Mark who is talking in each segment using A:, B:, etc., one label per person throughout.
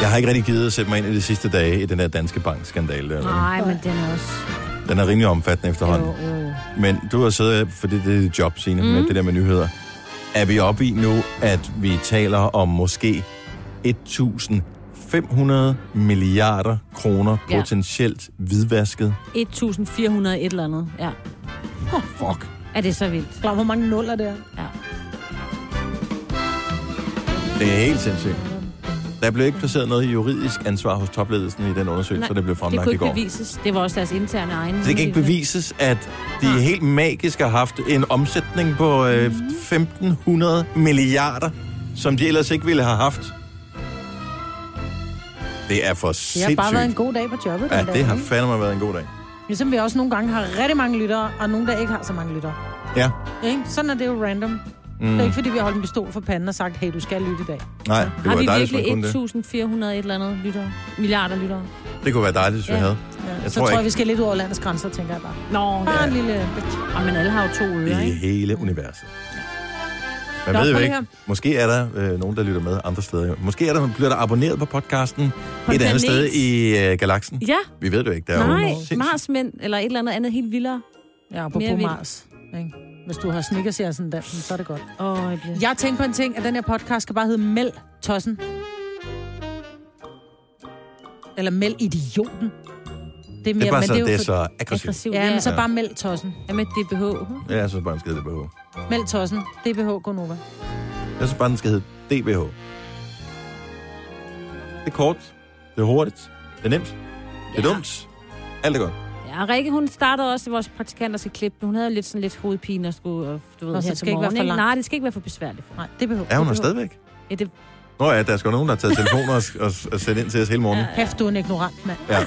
A: Jeg har ikke rigtig givet at sætte mig ind i de sidste dage i den der danske bankskandale. Der, vel?
B: Nej, men den er også...
A: Den er rimelig omfattende efterhånden.
B: Jo, jo.
A: Men du har siddet, fordi det er dit job, Signe, mm. med det der med nyheder. Er vi oppe i nu, at vi taler om måske 1.500 milliarder kroner
B: Ja.
A: potentielt hvidvasket?
B: 1.400 et eller andet, ja.
A: Fuck.
B: Er det så vildt?
C: Klar, hvor mange nuller der?
B: Ja.
A: Det er helt sindssygt. Der blev ikke placeret noget juridisk ansvar hos topledelsen i den undersøgelse, der blev
B: det
A: fremlagt
B: kunne
A: i
B: ikke
A: går.
B: bevises. Det var også deres interne egen.
A: Så det kan ikke bevises, at de
B: Nej.
A: helt magisk har haft en omsætning på øh, 1.500 milliarder, som de ellers ikke ville have haft. Det er for
C: Det har bare været en
A: sindssygt.
C: god dag på jobbet.
A: Ja,
C: den dag,
A: det har
C: ikke?
A: fandme været en god dag.
C: Ligesom vi også nogle gange har rigtig mange lyttere, og nogle, der ikke har så mange lyttere.
A: Ja,
C: Ikke? Sådan er det jo random. Mm. Det er ikke, fordi vi har holdt en pistol for panden og sagt, hey, du skal lytte i dag.
A: nej, det kunne
B: Har
A: være
B: vi
A: dejligt, hvis
B: virkelig
A: man kunne det.
B: 1.400 et eller andet lyttere? Milliarder lyttere?
A: Det kunne være dejligt, hvis vi
B: Ja.
A: havde.
C: Ja.
A: Jeg
C: så
A: tror
C: tror jeg,
A: ikke,
C: vi skal lidt ud over landets grænser, tænker jeg bare.
B: Nå,
C: Bare
B: ja.
C: en lille...
B: Og men alle har jo to ører,
A: i
B: ikke?
A: hele universet. Man
C: Nå,
A: ved jo
C: prøv
A: ikke.
C: lige
A: Måske er der øh, nogen, der lytter med andre steder. Måske er der, bliver der abonneret på podcasten
B: På en
A: et andet sted
B: planet.
A: i øh, galaksen.
B: Ja,
A: Vi ved det jo ikke. Der er jo
B: nej,
A: sindssygt-
B: Marsmænd eller et eller andet andet helt vildere.
C: Ja, på
B: Mere vildt.
C: Mars. Ikke? Hvis du har sneakers i sådan der, så er det godt.
B: Åh, jeg bliver...
C: Jeg tænkte på en ting, at den her podcast skal bare hedde Mel Tossen. Eller Mel Idioten. Det er mere,
A: Det er bare så,
C: men det er,
A: det
C: jo
A: er
C: for...
A: så aggressivt.
B: aggressiv.
C: Ja, men så
A: Ja.
C: bare Mel Tossen.
B: Ja, med DBH.
A: Ja, jeg synes bare, den skal hedde DBH.
C: Mel Tossen. DBH Gonova.
A: Jeg synes bare, den skal hedde DBH. Det er kort. Det er hurtigt. Det er nemt. Det er
B: Ja.
A: dumt. Alt er godt.
B: Ja, og Rikke, hun startede også i vores praktikant skal klippe. Hun havde jo lidt sådan lidt hovedpine og skulle, og du ved,
C: Nå, så
B: her
C: det skal
B: til
C: ikke være
B: morgen,
C: for langt.
B: Nej, det skal ikke være for besværligt. For.
C: Nej, DBH.
A: Er hun her
C: DBH.
A: stadigvæk?
B: Ja, det,
A: Nå ja, der er sgu nogen, der har taget telefoner og, og, og sendt ind til os hele morgenen.
C: Kæft, du er en ignorant mand.
A: Ja.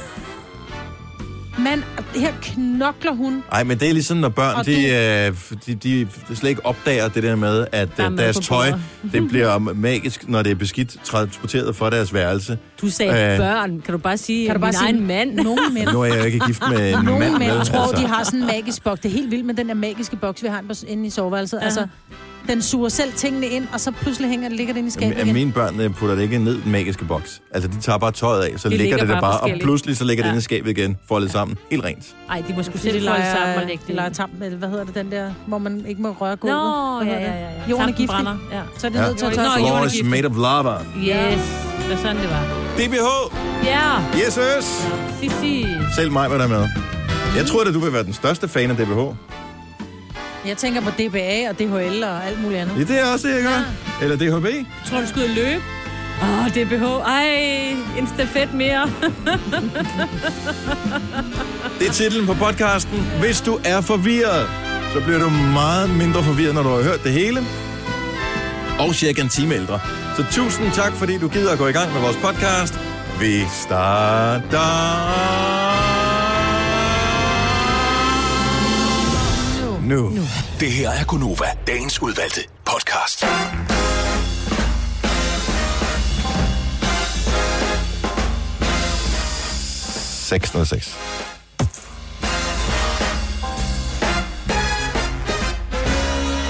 C: Men her knokler hun.
A: Ej, men det er ligesom, når børn,
C: Og
A: de,
C: du-
A: øh, de, de, de slet ikke opdager det der med, at
B: Der
A: der
B: er mad
A: deres
B: på
A: tøj,
B: bordet.
A: det bliver magisk, når det er beskidt transporteret fra deres værelse.
B: du sagde
A: Øh.
B: øh, børn. Kan du bare sige,
C: Kan du bare
B: min
C: sige-
B: egen mand?
C: Nogle mænd.
A: Nu er jeg jo ikke gift med en mand.
C: Nogle mænd
A: vel, Altså.
C: tror, de har sådan en magisk boks. Det er helt vildt med den der magiske boks, vi har inde på- inde i soveværelset. Altså, den suger selv tingene ind, og så pludselig hænger det ligger det inde i skabet
A: Jamen,
C: igen.
A: mine børn øh, putter det ikke ned i den magiske boks. Altså, de tager bare tøjet af, så ligger,
B: ligger
A: det der
B: bare
A: bare, og
B: forskelligt.
A: pludselig så ligger ja. det
B: Ja.
A: inde i skabet igen, foldet sammen, helt rent.
B: Nej, de må sgu
C: Fordi
B: selv folde sammen og lægge
C: de
B: det.
C: leger
B: ind.
C: tam, eller hvad hedder det, den der, hvor man ikke må røre gulvet.
B: Nå,
C: Hvad
B: ja,
C: hedder
B: ja,
C: det?
B: ja.
C: Jorden er
B: Tampen
C: giftig.
B: brænder, Ja.
C: Så er det nødt til at
B: Nå,
C: tørre
B: jorden er
A: Floor
C: sig.
A: is
B: giftig.
A: made of lava.
B: Yes, det var sådan, det var.
A: DBH!
B: Ja,
A: Yes, yes!
B: Sissi.
A: Selv mig var der med. Jeg tror at du vil være den største fan af DBH.
C: Jeg tænker på DBA og DHL og alt muligt andet.
A: Ja, det er også det, jeg gør. Eller DHB.
B: Tror du, skulle ud og løbe? Åh, oh, DBH. Ej, en stafet mere.
A: Det er titlen på podcasten. Hvis du er forvirret, så bliver du meget mindre forvirret, når du har hørt det hele. Og cirka en time ældre. Så tusind tak, fordi du gider at gå i gang med vores podcast. Vi starter nu. nu.
D: Det her er Gunova, dagens udvalgte podcast.
A: Sexton Sex.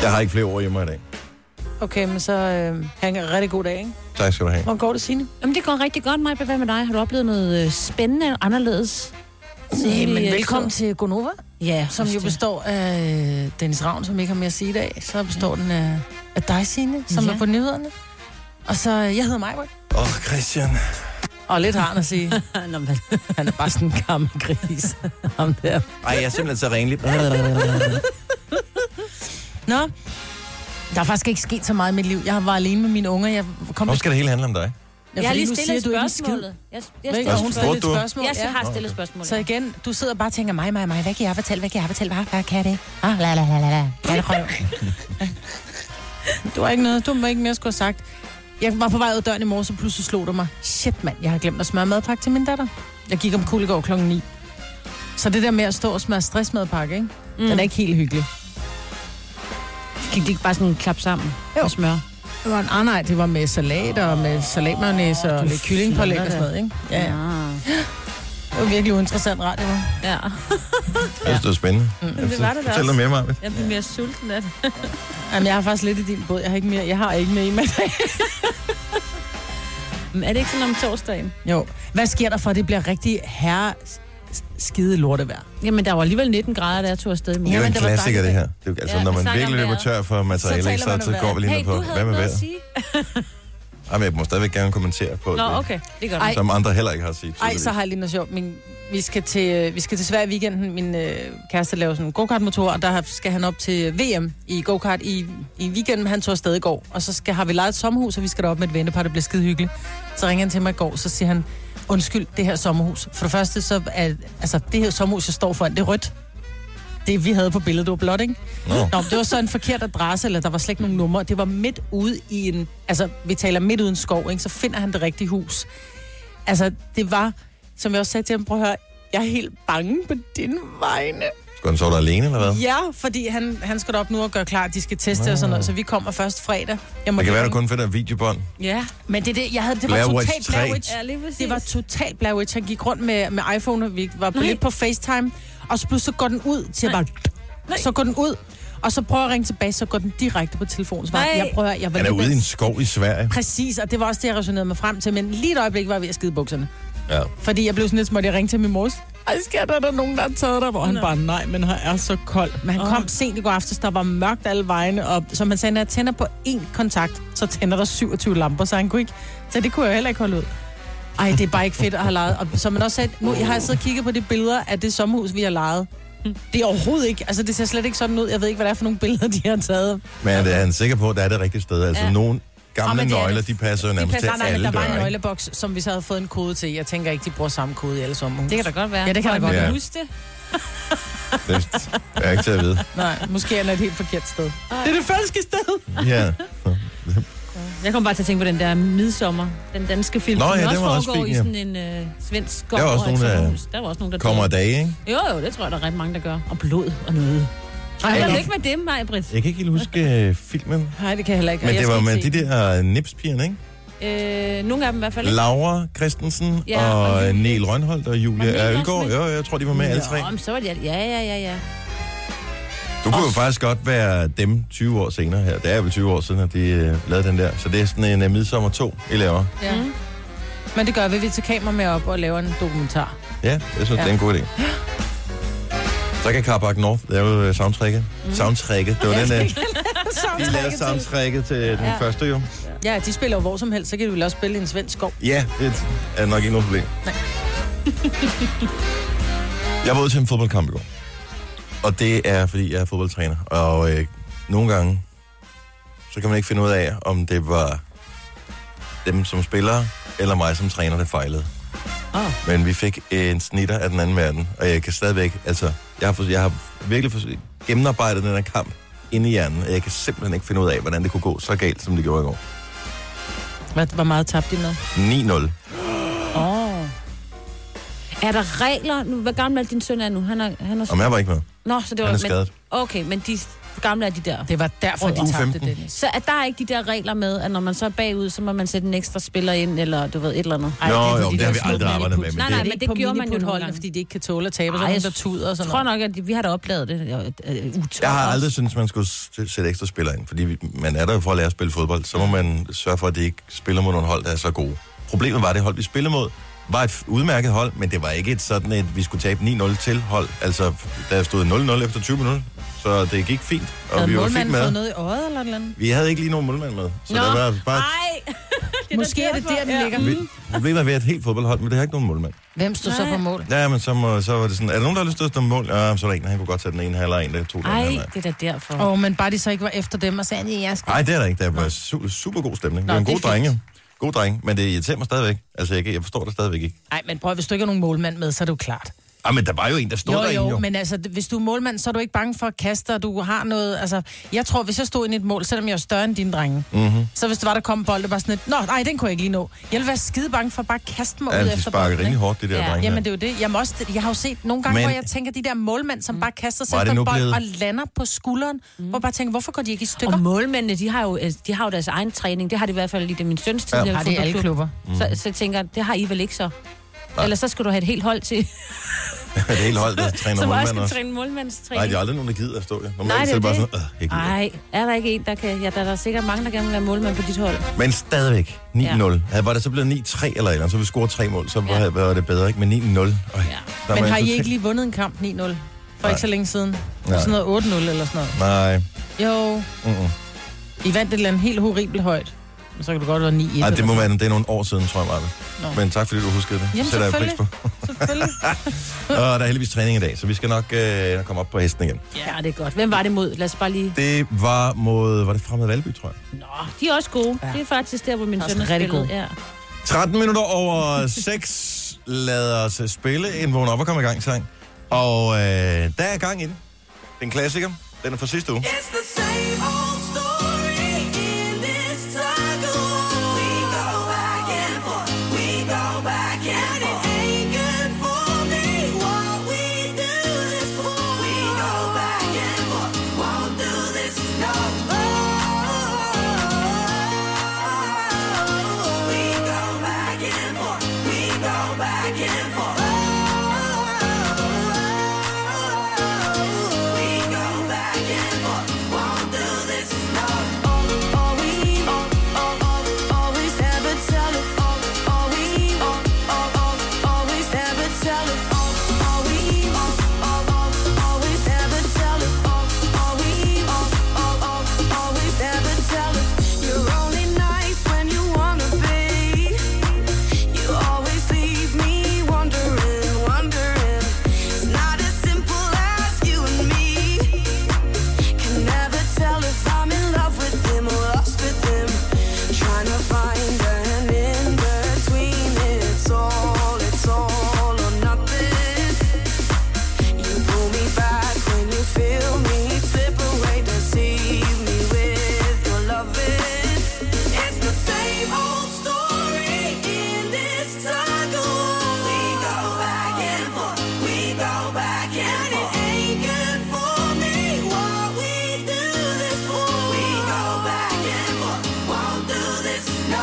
A: Jeg har ikke flere ord hjemme i dag.
C: Okay, men så øh, han en rigtig god dag, ikke?
A: Tak skal du have.
C: Hvor går det, Signe?
B: Jamen, det går rigtig godt, Maja. Hvad med dig? Har du oplevet noget øh, spændende og anderledes?
C: Nej,
B: vi,
C: men
B: øh,
C: velkommen til Gonova,
B: Ja,
C: som jo består af Dennis Ravn, som ikke har mere at sige i dag. Så består den af, af dig, Signe, som
B: Ja.
C: er på nyhederne. Og så, øh, jeg hedder Maja.
A: Åh, oh, Christian.
C: Og lidt har han at sige.
B: Nå, men,
C: Han er bare sådan en gammel gris. Ham der.
A: Ej, jeg er simpelthen så renlig.
C: Nå, der er faktisk ikke sket så meget i mit liv. Jeg var alene med mine unger. Jeg kom
A: Hvorfor skal det hele handle om dig?
C: Ja,
B: jeg har
C: fordi
B: lige
C: nu
B: stillet
C: siger du ikke en skid.
B: spørgsmålet. Jeg,
C: Ikke?
B: jeg, stiller
C: Og
A: Også
C: hun
A: spurgte
C: stillede
A: du?
C: et
B: spørgsmålet.
C: spørgsmål.
B: Jeg
C: Ja.
B: har stillet spørgsmålet.
C: Så igen, du sidder bare og tænker, mig, mig, mig, hvad kan jeg fortælle, hvad kan jeg fortælle, hvad, hvad kan jeg det? Ah, la, la, la, la, la. Katterøv. du har ikke noget, du må ikke mere skulle have sagt. Jeg var på vej ud af døren i morges, så pludselig slog det mig. Shit, mand, jeg har glemt at smøre madpakke til min datter. Jeg gik om kul i går klokken 9. Så det der med at stå og smøre stressmadpakke, ikke? Mm. Den er ikke helt hyggelig.
B: Kan de ikke bare sådan klappe sammen
C: Jo.
B: og smøre?
C: Det var en, ah, nej, det var med salat og med salatmayonnaise og lidt kyllingpålæg og sådan noget, ikke? Ja, ja.
B: Ah.
C: Det var virkelig uinteressant radio. hva'?
B: Ja.
A: Jeg synes, det var spændende. Mm.
B: det var det da
A: Fortæl noget mere, Marvind.
B: Jeg bliver mere sulten af det.
C: Jamen, jeg har faktisk lidt i din båd. Jeg har ikke mere, jeg har ikke mere i mig i dag.
B: Men er det ikke sådan om torsdagen?
C: Jo. Hvad sker der for, at det bliver rigtig herre s- s- skide lortevejr?
B: Jamen, der var alligevel 19 grader, da jeg tog afsted i
A: Det er
B: morgen.
A: jo
C: Jamen,
A: en
C: det var
A: klassiker, det
C: dejligt.
A: her. Det er, jo- altså,
B: Ja,
A: når
B: vi
A: man
B: snakker
A: virkelig
B: om
A: løber
B: vejret.
A: tør for materiale,
C: taler
A: så,
C: man
A: så,
C: om
A: så går
C: vejret.
A: vi lige
B: Hey,
A: ned på,
B: du havde
A: hvad med
B: noget at
A: vejret?
B: sige.
A: Ej, men jeg må stadigvæk gerne kommentere på
B: Nå,
A: det,
B: okay. Det gør du.
C: Ej.
A: som andre heller ikke har set.
C: Ej, så har jeg lige noget sjovt. Min, vi, skal til, øh, vi skal til Sverige i weekenden. Min øh, kæreste laver sådan en go-kart-motor, og der skal han op til VM i go-kart i, i weekenden. Han tog afsted i går, og så skal, har vi lejet et sommerhus, og vi skal derop med et vennepar. Det bliver skide hyggeligt. Så ringer han til mig i går, så siger han, undskyld, det her sommerhus. For det første, så er, altså, det her sommerhus, jeg står foran, det er rødt. Det, vi havde på billedet, det var blåt, ikke?
A: Nå.
C: Nå, men det var så en forkert adresse, eller der var slet ikke nogen numre. Det var midt ude i en... Altså, vi taler midt uden skov, ikke? Så finder han det rigtige hus. Altså, det var, som jeg også sagde til ham, prøv at høre, jeg er helt bange på din vegne.
A: Skal han sove der alene, eller hvad?
C: Ja, fordi han, han skal op nu og gøre klar, de skal teste og sådan noget, så vi kommer først fredag. Jeg må
A: Det kan være, du
C: gerne-
A: kun finder et videobånd.
B: Ja,
C: Men det, er det, jeg havde, det var
A: Blair
C: totalt
A: Witch 3.
C: Blair Witch.
B: ja lige præcis.
C: Det var totalt Blair Witch. Han gik rundt med, med iPhone, og vi var på,
B: Nej.
C: lidt på FaceTime, og så pludselig så går den ud til bare...
B: Nej.
C: Så går den ud, og så prøver jeg at ringe tilbage, så går den direkte på telefonens vej.
B: Nej.
C: Jeg prøver, jeg var
A: Han er
C: lige ved-
A: ude i en skov i Sverige.
C: Præcis, og det var også det, jeg resonerede mig frem til, men lige et øjeblik var jeg ved at skide i bukserne.
A: Ja.
C: Fordi jeg blev sådan lidt småt, jeg ringte til min mors. Ej, skat, er der nogen, der har taget dig? Hvor han bare, nej, men her er så koldt. Men han kom sent i går aftes, der var mørkt alle vejene, og som han sagde, når jeg tænder på én kontakt, så tænder der 27 lamper, så han kunne ikke, så det kunne jeg heller ikke holde ud. Ej, det er bare ikke fedt at have lejet. Og som man også sagde, nu jeg har jeg siddet og kigget på de billeder af det sommerhus, vi har lejet.
B: Mm.
C: Det er overhovedet ikke, altså det ser slet ikke sådan ud. Jeg ved ikke, hvad det er for nogle billeder, de har taget.
A: Men er det- er han sikker på, at der er det rigtige sted? Altså,
B: Ja.
A: nogle
C: Åh,
A: gamle
C: men det er
A: nøgler,
C: det.
A: de passer jo
C: De
A: nærmest til
C: passer, nej, men
A: alle
C: der var en
A: døre, ikke?
C: nøgleboks, som vi så havde fået en kode til. Jeg tænker ikke, de bruger samme kode i alle sommerhus.
B: Det kan da godt være.
C: Ja, det kan da godt
A: være.
B: være. Husk det.
A: Det er ikke til at vide.
C: Nej, måske er den et helt forkert sted.
B: Ej.
C: Det er det falske sted.
A: Ja.
B: Jeg kom bare til at tænke på den der midsommer, den danske film,
A: Nå,
B: som
A: ja, den
B: også
A: var også
B: foregår
A: fin,
B: i
A: ja.
B: sådan en øh, svensk skov.
A: Der var også
B: og et
A: nogen, der
B: sommerhus. der var også nogen, der
A: Kommer
B: døde.
A: af dage, ikke?
B: Jo, jo, det tror jeg, der er ret mange, der gør. Og blod og noget.
C: Ej,
B: Ej,
A: jeg
B: jeg
A: kan-
B: ikke med dem, mig, Britt.
A: Jeg kan ikke helt huske øh, filmen,
C: Nej, det kan jeg heller ikke. og
A: men
C: jeg
A: det
C: skal
A: var
C: ikke
A: med de
C: se den.
A: der nipspigerne, ikke?
B: Øh, nogle af dem i hvert fald ikke.
A: Laura Christensen
B: Ja,
A: og,
B: og
A: og
B: Julie.
A: Niel Rønholdt og Julia
B: Var Niel også
A: Ølgaard.
B: med?
A: Jo, jeg tror, de var med alle tre.
B: Nå, men så var det alt. Ja, ja, ja, ja.
A: Du kunne jo faktisk godt være dem 20 år senere her. Det er vel 20 år siden, at de øh, lavede den der. Så det er sådan en uh, midsommer 2, I laver.
C: Ja. Mm. Men det gør vi. Vi tager kamera med op og laver en dokumentar.
A: Ja, jeg synes, ja.
C: Ja.
A: det er en god idé. Så kan Carbac North lave øh, soundtracket. Mm. Soundtracket. Det var den, øh, de lavede soundtracket til den
B: Ja.
A: første jo.
C: Ja, de spiller jo hvor som helst, så kan du vel også spille i en svensk skov.
A: Ja, det er nok ikke noget problem.
C: Nej.
A: jeg var ude til en fodboldkamp i går. Og det er, fordi jeg er fodboldtræner. Og øh, nogle gange, så kan man ikke finde ud af, om det var dem som spiller, eller mig som træner, der fejlede.
C: Ah.
A: Men vi fik en snitter af den anden verden, og jeg kan stadigvæk, altså, jeg har, fors- jeg har virkelig fors- gennemarbejdet den her kamp inde i hjernen, og jeg kan simpelthen ikke finde ud af, hvordan det kunne gå så galt, som det gjorde i går.
C: Hvad, hvor meget tabte de med?
A: 9-0.
C: Åh. Oh.
B: Er der regler? Nu, hvor gammel er din søn er nu? Han er, han er,
A: Om jeg var ikke med.
B: Nå, så det var...
A: Han er skadet.
B: Men, okay, men de, hvor gamle er de der?
C: Det var derfor, de
A: U15.
C: tabte, Dennis.
B: Så er der ikke de der regler med, at når man så er bagud, så må man sætte en ekstra spiller ind, eller du ved, et eller andet?
A: Nå,
C: er
A: jo,
C: fordi,
A: det
C: der
A: har
C: er
A: vi
C: små
A: aldrig arbejdet med,
C: miniput.
A: men
C: Nej,
A: det-
C: nej, men det, gjorde man jo holdene,
B: nogle
C: fordi de ikke kan tåle at tabe, og så
B: Ej,
C: er
B: jeg
C: der tuder og
B: Jeg
C: sådan
B: tror
C: noget.
B: nok, at vi har da oplevet det. øh, øh, utørt.
A: Jeg har aldrig syntes, man skulle s- sætte ekstra spillere ind, fordi vi- man er der jo for at lære at spille fodbold. Så må man sørge for, at det ikke spiller mod nogle hold, der er så gode. Problemet var, at det hold, vi spillede mod, var et f- udmærket hold, men det var ikke et sådan, at vi skulle tabe 9-0 til hold. Altså, der stod 0-0 efter 20 minutter, så det gik fint, og
C: Havde
A: vi var fint
C: målmanden fået
A: med.
C: noget i øjet eller et eller andet?
A: Vi havde ikke lige nogen målmand med, så
B: Nå,
A: det var bare...
B: Ej! Det er
C: Måske er det der, den
B: derfor.
C: ligger.
A: Vi, problemet er, at vi er et helt fodboldhold, men det har ikke nogen målmand.
C: Hvem stod så
B: Nej.
C: på mål?
A: Ja, men så, må, så var det sådan, er der nogen, der har lyst til at stå mål? Ja, så er der en, han kunne godt tage den ene halv, og en, der tog den anden halvleg.
B: Ej, det er da derfor.
C: Åh, oh, men bare de så ikke var efter dem og sagde, at jeg skal...
A: Nej, det er der ikke. Der var su- super god stemning.
C: Nå,
A: det er
C: det
A: en
C: er
A: god
C: fint.
A: drenge. God dreng, men det irriterer mig stadigvæk. Altså, jeg, kan- jeg forstår det stadigvæk ikke.
C: Nej, men prøv, hvis du ikke har nogen målmand med, så er det jo klart.
A: Ej, men der var jo en, der stod
C: Jo,
A: derinde,
C: jo, men altså, d- hvis du er målmand, så er du ikke bange for at kaste, og du har noget... Altså, jeg tror, hvis jeg stod ind i et mål, selvom jeg er større end dine drenge,
A: Mhm.
C: mm-hmm. så hvis det var, der kom en bold, det var sådan et... Nå, nej, den kunne jeg ikke lige nå. Jeg ville være skide bange for at bare kaste mig
A: Ja,
C: ud
A: de
C: efter
A: sparker
C: bolden,
A: rimelig
C: ikke?
A: hårdt, det der
B: Ja,
A: drenge.
C: Jamen,
A: Jamen,
C: det er jo det. Jeg, må også, jeg har jo set nogle gange,
A: Men-
C: Men... hvor jeg tænker, de der målmænd, som bare kaster sig
A: Var det
C: efter en
A: nu
C: bold
A: blevet-
C: og lander på skulderen, mm. hvor jeg bare tænker, hvorfor går de ikke i stykker?
B: Og
C: Om...
B: målmændene, de har, jo, øh, de har jo deres egen træning. Det har de i hvert fald i det min søns tid.
C: Har det i alle klubber?
A: Mm.
B: Så, så jeg tænker, det har I vel ikke så? Eller så skal du have et helt hold til.
A: det er helt hold, der træner
B: Som også
A: målmand
B: skal
A: også.
B: træne
A: Nej,
B: målmandstræning.
A: der er aldrig nogen, der gider at stå der. Normalt
B: Nej, det
A: så
B: er
A: er det bare
B: det.
A: sådan, "Åh, jeg gider ikke."
B: Nej, er der ikke en, der kan... Ja, der er der sikkert mange, der gerne vil være målmand på dit hold.
A: Men stadigvæk 9-0. Ja. Var det så blevet 9-3 eller et eller andet, så vi scorede tre mål, så
B: Ja.
A: ja. var det bedre, ikke? Men 9-0. Øj, der var
C: Men
A: jeg
C: har I
A: totalt-
C: ikke lige vundet en kamp 9-0? For
A: Nej.
C: ikke så længe siden.
A: Nej.
C: Sådan noget 8-0 eller sådan noget.
A: Nej,
C: Jo,
A: mm-mm.
C: I vandt et eller andet helt horribelt højt. Men så kan det godt være 9-1.
A: Ej, det
C: eller
A: må
C: sådan.
A: være, det er nogle år siden, tror jeg, Marve.
C: Nå.
A: Men tak fordi du huskede det.
C: Jamen,
A: Sætter jeg pris på.
C: Selvfølgelig.
A: Og der er heldigvis træning i dag, så vi skal nok øh, komme op på hesten igen.
B: Ja, det er godt. Hvem var det mod? Lad os bare lige...
A: Det var mod, var det fremad Valby, tror jeg.
B: Nå, de er også gode. Ja. Det er faktisk der, hvor min
C: Også
B: søn har
C: rigtig
B: spillet.
C: gode.
B: Ja.
A: 13 minutter over 6 lader os øh, spille en vågn op og komme i gang sang. Og øh, der er gang i den. Den klassiker. Den er fra sidste uge.
E: It's the same old story in this circle. We go back and forth, we go back and forth. It ain't good for me what we do this for. We go back and forth, won't do this no more. We go back and forth, we go back and forth. We go back and forth, won't do this no Always, always, always, never tell it. Always, always, never tell it. Always, always, never tell it. Always, always, never tell it. You're only nice when you wanna be. You always leave me wondering, wondering. It's not as simple as you and me. Can never tell if I'm in love with him or lost with him. Trying to find an in between. It's all, it's all or nothing. You pull me back when you feel me slip away, deceive me with your loving. It's the same old story in this circle. We go back and forth, we go back and forth. It ain't good for me what we do this for. We go back and forth, won't do this no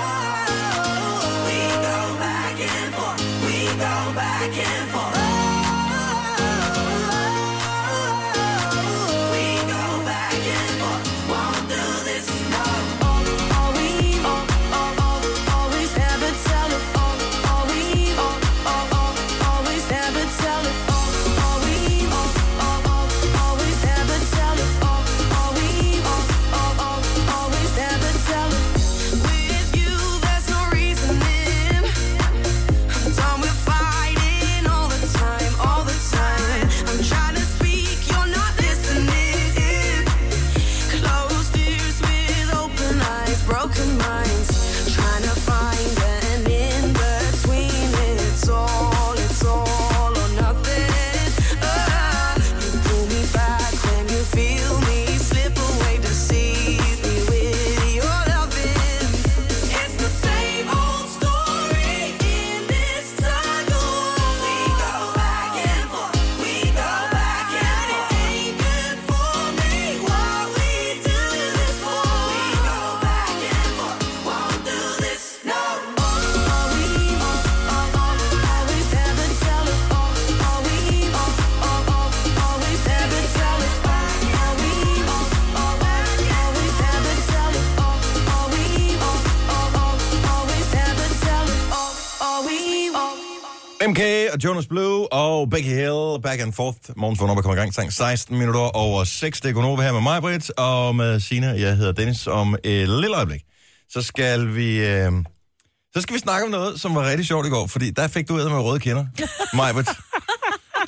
E: more. We go back and forth, we go back and forth. We go back and forth, won't do this no more. Always, always, always, never tell it. Always, always, never tell it. Always, always, never tell it. Always, always, never tell it. With you, there's no reasoning. I'm done with fighting all the time, all the time. I'm trying to speak, you're not listening. Closed ears with open eyes, broken minds. Trying to find an in between. It's all, it's all or nothing. Ah, you pull me back when you feel me slip away, deceive me with your loving. It's the same old story in this circle. We go back and forth, we go back and forth. It ain't good for me what we do this for. We go back and forth, won't do this no more. Always, always, never tell it. Always, always, never tell it. Always, always, never tell it.
A: MK og Jonas Blue og Becky Hill, Back and Forth. Morgens vågn op og kommer i gang. Sang 16 minutter over 6. Det er Gunova her med mig, Britt, og med Sina. Jeg hedder Dennis. Om et lille øjeblik, så skal vi... Øh, så skal vi snakke om noget, som var rigtig sjovt i går, fordi der fik du æder med røde kinder. Majbert.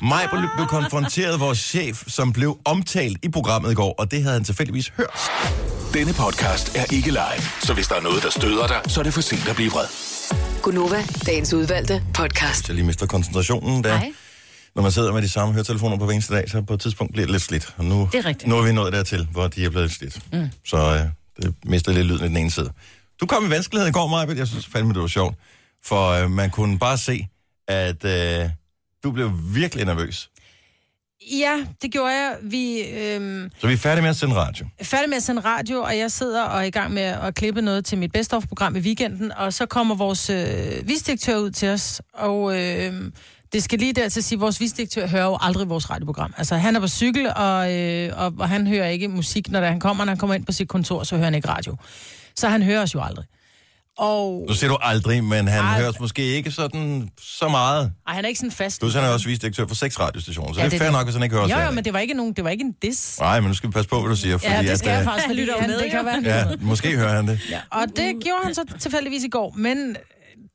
A: Majbert blev konfronteret af vores chef, som blev omtalt i programmet i går, og det havde han tilfældigvis hørt.
D: Denne podcast er ikke live, så hvis der er noget, der støder dig, så er det for sent at blive vred.
F: Gunova, dagens udvalgte podcast.
A: Jeg lige mister koncentrationen, der.
B: Nej.
A: når man sidder med de samme høretelefoner på hver eneste dag, så på et tidspunkt bliver det lidt slidt. Og nu,
B: Det er rigtigt.
A: nu er vi nået dertil, hvor de er blevet lidt slidt. Mm. Så øh, det mister lidt lyden i den ene side. Du kom i vanskelighed i går, Maja, jeg synes fandme, det var sjovt. For øh, man kunne bare se, at øh, du blev virkelig nervøs.
C: Ja, det gjorde jeg. Vi øhm,
A: Så vi er færdige med at sende radio.
C: er færdige med at sende radio, og jeg sidder og er i gang med at klippe noget til mit best program i weekenden, og så kommer vores øh, visdirektør ud til os, og øh, det skal lige dertil sige, at vores visdirektør hører jo aldrig vores radioprogram. Altså, han er på cykel, og, øh, og, og han hører ikke musik, når det er, han kommer. Når han kommer ind på sit kontor, så hører han ikke radio. Så han hører os jo aldrig. Og
A: Nu ser du aldrig, men han
C: Ej.
A: Ej. høres måske ikke sådan så meget.
C: ej, han er ikke sådan fast.
A: Plus han er også vicedirektør for seks radiostationer, så ja, det er
C: det.
A: fair nok, hvis han ikke hører os.
C: Jo,
A: hver
C: jo,
A: dag.
C: men det var ikke, nogen, det var ikke en diss.
A: Nej, men nu skal vi passe på, hvad du siger, fordi
C: Ja, det skal
A: at,
C: jeg
A: øh,
C: faktisk, fordi
B: lytter jo
C: han,
B: med,
C: det
B: jo.
C: kan være,
A: Ja, måske hører han det.
C: Og det gjorde han så tilfældigvis i går. Men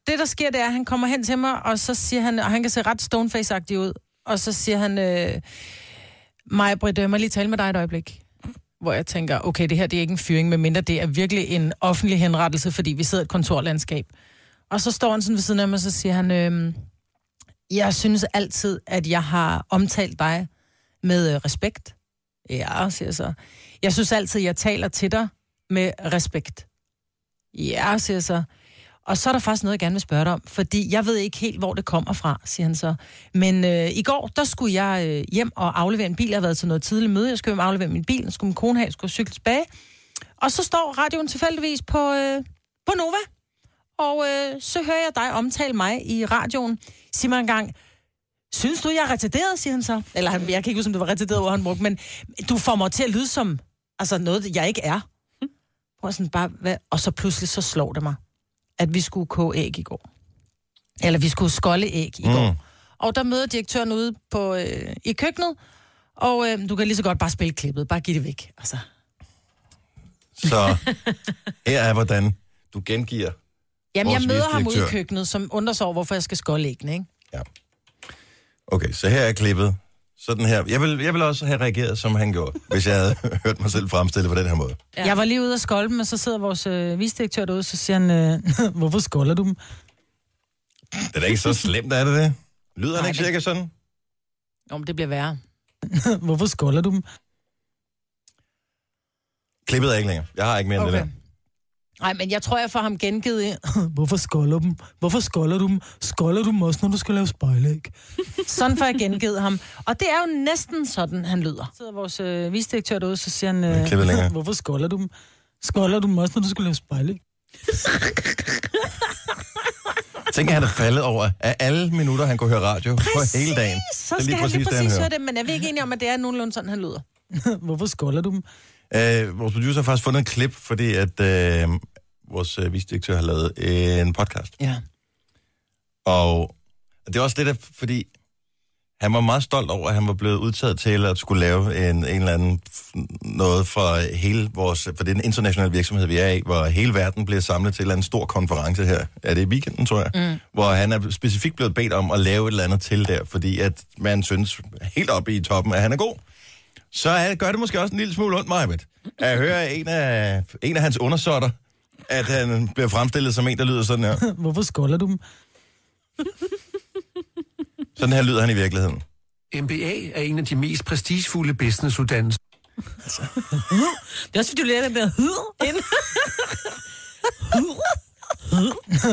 C: det, der sker, det er, at han kommer hen til mig, og så siger han, og han kan se ret stoneface ud, og så siger han, øh, Maja Britt, øh, må jeg lige tale med dig et øjeblik? Hvor jeg tænker, okay, det her det er ikke en fyring, medmindre det er virkelig en offentlig henrettelse, fordi vi sidder i et kontorlandskab. Og så står han sådan ved siden af mig, og så siger han, øh, jeg synes altid, at jeg har omtalt dig med øh, respekt. Ja, siger jeg så. Jeg synes altid, at jeg taler til dig med respekt. Ja, siger jeg så. Og så er der faktisk noget, jeg gerne vil spørge dig om, fordi jeg ved ikke helt, hvor det kommer fra, siger han så. Men øh, i går, der skulle jeg øh, hjem og aflevere en bil. Jeg har været til noget tidligt møde. Jeg skulle hjem og aflevere min bil. Så skulle min kone have, jeg skulle cykle tilbage. Og så står radioen tilfældigvis på, øh, på Nova. Og øh, så hører jeg dig omtale mig i radioen. Sig mig engang, synes du, jeg er retarderet, siger han så. Eller han, jeg kan ikke huske, om det var retarderet, hvor han brugte, men du får mig til at lyde som altså noget, jeg ikke er. Prøv sådan bare, hvad? Og så pludselig så slår det mig, at vi skulle koge æg i går. Eller vi skulle skolde æg i mm. går. Og der møder direktøren ude på, øh, i køkkenet, og øh, du kan lige så godt bare spille klippet. Bare give det væk. Altså,
A: Så her er, hvordan du gengiver.
C: Jamen,
A: Vores
C: jeg møder ham ude i
A: vicedirektør.
C: køkkenet, som undrer sig over, hvorfor jeg skal skolde æggene, ikke?
A: Ja. Okay, så her er klippet. Sådan her. Jeg vil, jeg vil også have reageret, som han gjorde, hvis jeg havde hørt mig selv fremstille på den her måde.
C: Ja. Jeg var lige ude og skolde dem, og så sidder vores øh, visdirektør derude, så siger han, øh, hvorfor skolder du dem?
A: Det er da ikke så slemt, er det det? Lyder han
C: Nej,
A: ikke
C: det-
A: cirka sådan?
C: Om det bliver værre. hvorfor skolder du dem?
A: Klippet er ikke længere. Jeg har ikke mere end okay. det der.
C: Nej, men jeg tror, jeg får ham gengivet i, hvorfor skolder dem? Hvorfor skolder du dem? Skolder du dem også, når du skal lave spejlæg? sådan får jeg gengivet ham. Og det er jo næsten sådan, han lyder. Så sidder vores øh, visdirektør derude, så siger han, øh,
A: er klippet længere.
C: hvorfor skolder du dem? Skolder du dem også, når du skal lave spejlæg?
A: Tænk, at han er faldet over af alle minutter, han kunne høre radio på hele dagen.
C: Så
A: Det er
C: skal han lige
A: det,
C: præcis
A: hører.
C: høre det, men jeg ved ikke enig om, at det er nogenlunde sådan, han lyder. hvorfor skolder du dem?
A: Øh, vores producer har faktisk fundet en klip, fordi at øh, vores øh, visdirektør har lavet en podcast.
C: Ja.
A: Og det er også det der, fordi han var meget stolt over, at han var blevet udtaget til at skulle lave en, en eller anden f- noget fra hele vores, for det er en international virksomhed, vi er i, hvor hele verden bliver samlet til en eller anden stor konference her. Er det i weekenden, tror jeg? Mm. Hvor han er specifikt blevet bedt om at lave et eller andet til der, fordi at man synes helt oppe i toppen, at han er god. Så er- gør det måske også en lille smule ondt, Majbet, at høre en af, en af hans undersåtter, at han bliver fremstillet som en, der lyder sådan her.
C: Hvorfor skolder du dem?
A: Sådan her lyder han i virkeligheden.
G: MBA er en af de mest prestigefulde businessuddannelser.
B: Det er også fordi, du lærer den der hyd ind.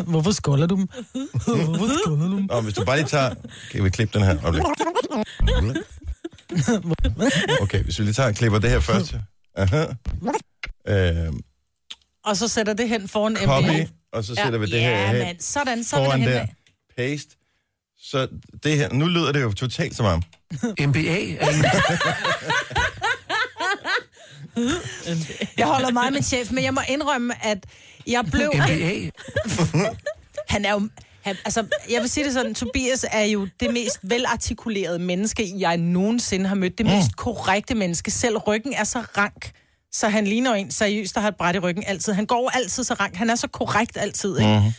C: Hvorfor skolder du dem? Hvorfor skolder du dem?
A: Nå, hvis du bare lige tager... Kan vi klippe den her? Øjeblik. Okay, hvis vi lige tager og klipper det her først. Aha. Øhm,
C: Og så sætter det hen foran
A: copy, og så sætter vi det her
C: ja,
A: her
C: mand. Sådan, så er
A: foran
C: det
A: der.
C: der.
A: Paste. Så det her, nu lyder det jo totalt som om.
G: MBA er en af
C: Jeg holder meget med chef, men jeg må indrømme, at jeg blev...
G: MBA
C: Han er jo... Han, altså, jeg vil sige det sådan, Tobias er jo det mest velartikulerede menneske, jeg nogensinde har mødt. Det
A: Mm.
C: mest korrekte menneske. Selv ryggen er så rank, så han ligner en seriøst, der har et bræt i ryggen altid. Han går jo altid så rank. Han er så korrekt altid, ikke?
A: Mhm.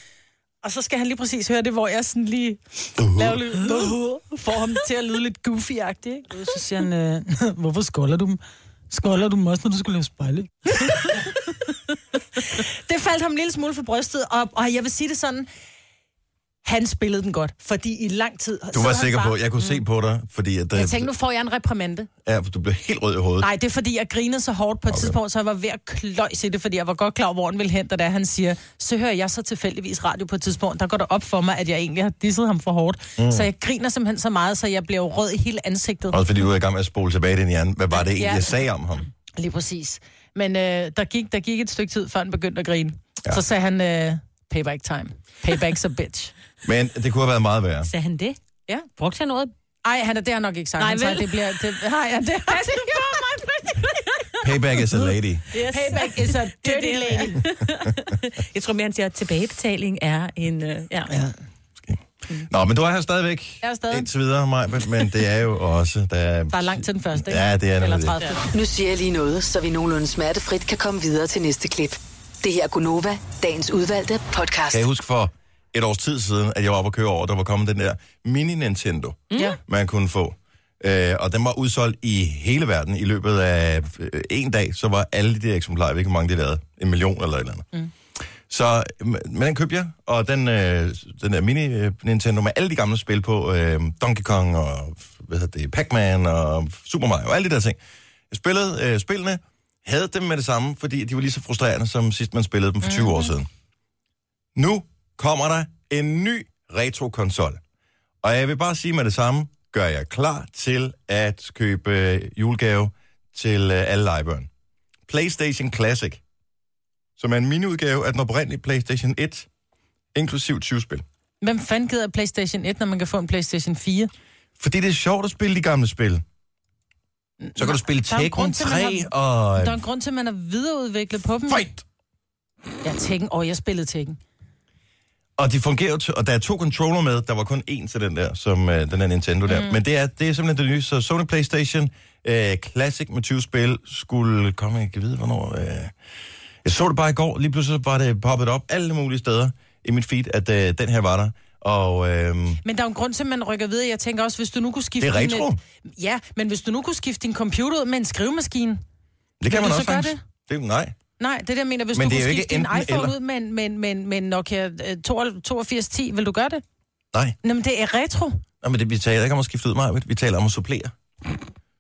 C: Og så skal han lige præcis høre det, hvor jeg sådan lige laver lidt... Får ham til at lyde lidt goofy ikke? Så siger han, øh, hvorfor skolder du dem? Skolder du dem også, når du skulle lave spejle? det faldt ham en lille smule for brystet, og, og jeg vil sige det sådan, Han spillede den godt, fordi i lang tid...
A: Du
C: sad
A: var
C: han
A: sikker
C: bare-
A: på, jeg kunne se på dig, fordi at,
C: Mm. Jeg tænkte, nu får jeg en reprimande.
A: ja, du blev helt rød i hovedet.
C: Nej, det er fordi, jeg grinede så hårdt på et okay. tidspunkt, så jeg var ved at kløjse i det, fordi jeg var godt klar over, hvor han ville hen, og da han siger, så hører jeg så tilfældigvis radio på et tidspunkt, der går det op for mig, at jeg egentlig har disset ham for hårdt. Mm. Så jeg griner simpelthen så meget, så jeg bliver jo rød i hele ansigtet.
A: Også fordi du er i gang med at spole tilbage i din hjerne. Hvad var det egentlig,
C: Ja.
A: jeg sagde om ham?
C: Lige præcis. Men øh, der, gik, der gik et stykke tid, før han begyndte at grine. Ja. Så sagde han, øh, payback time. Payback's a bitch.
A: Men det kunne have været meget værre.
B: Sagde han det?
C: Ja.
B: Brugte han noget?
C: Ej, han er der nok ikke sagt.
B: Nej,
C: han sagde,
B: vel?
C: det bliver... Det, nej, ja, det har han ikke.
A: Payback is a lady.
B: Yes.
C: Payback is a dirty lady.
B: Jeg tror mere, han siger, at tilbagebetaling er en... Øh, ja. ja.
A: Nå, men du er her stadigvæk.
C: Jeg er stadig.
A: Indtil videre, Maj, men- men det er jo også... Der er,
C: Der er langt til den første, ikke?
A: Ja, det er
C: Eller
A: nemlig
C: 30.
A: det.
C: Ja.
F: Nu siger jeg lige noget, så vi nogenlunde smertefrit kan komme videre til næste klip. Det her er Gunova, dagens udvalgte podcast.
A: Kan jeg huske for et års tid siden, at jeg var oppe og køre over, der var kommet den der mini-Nintendo,
C: Ja.
A: man kunne få. Øh, og den var udsolgt i hele verden i løbet af øh, en dag, så var alle de der eksemplarer, jeg ved ikke hvor mange de lavede, en million eller et eller andet. Mm. Så, m- men den købte jeg, og den, øh, den der mini-Nintendo med alle de gamle spil på, øh, Donkey Kong og hvad hedder det, Pac-Man og Super Mario og alle de der ting. Jeg spillede øh, spillene, havde dem med det samme, fordi de var lige så frustrerende, som sidst man spillede dem for 20 år siden. Nu kommer der en ny retro-konsol. Og jeg vil bare sige med det samme, gør jeg klar til at købe øh, julegave til øh, alle legebørn. PlayStation Classic, som er en miniudgave af den oprindelige PlayStation 1, inklusiv 20-spil.
C: Hvem fanden gider PlayStation 1, når man kan få en PlayStation 4?
A: Fordi det er sjovt at spille de gamle spil. Så kan du spille
C: der er en
A: Tekken
C: grund til, man
A: 3
C: har-
A: og...
C: Der er en grund til, at man har videreudviklet på dem.
A: Fight!
C: Ja, Tekken. Åh, oh, jeg spillede Tekken.
A: Og de fungerer jo til- og der er to controller med. Der var kun én til den der, som øh, den her Nintendo der.
C: Mm.
A: Men det er, det er simpelthen det nye. Så Sony Playstation øh, Classic med 20 spil skulle komme, jeg kan vide hvornår. Øh. Jeg så det bare i går. Lige pludselig var det poppet op alle mulige steder i mit feed, at øh, den her var der. Og øh,
C: Men der er jo en grund til, at man rykker videre. Jeg tænker også, hvis du nu kunne skifte...
A: Det er
C: din- øh,
A: retro.
C: Ja, men hvis du nu kunne skifte din computer ud med en skrivemaskine...
A: det kan
C: du
A: man
C: så
A: også
C: gøre
A: sagtens. det? Nej.
C: Nej, det der jeg mener, hvis
A: Men
C: men du
A: det er
C: kunne
A: jo ikke
C: skifte din
A: enten
C: iPhone
A: eller.
C: eller. ud med en, med, en- med, en- med en Nokia øh, 82- 8210, vil du gøre det?
A: Nej.
C: Nå, men det er retro.
A: Nå, men det, vi taler ikke om at skifte ud, Maja. Vi taler om at supplere.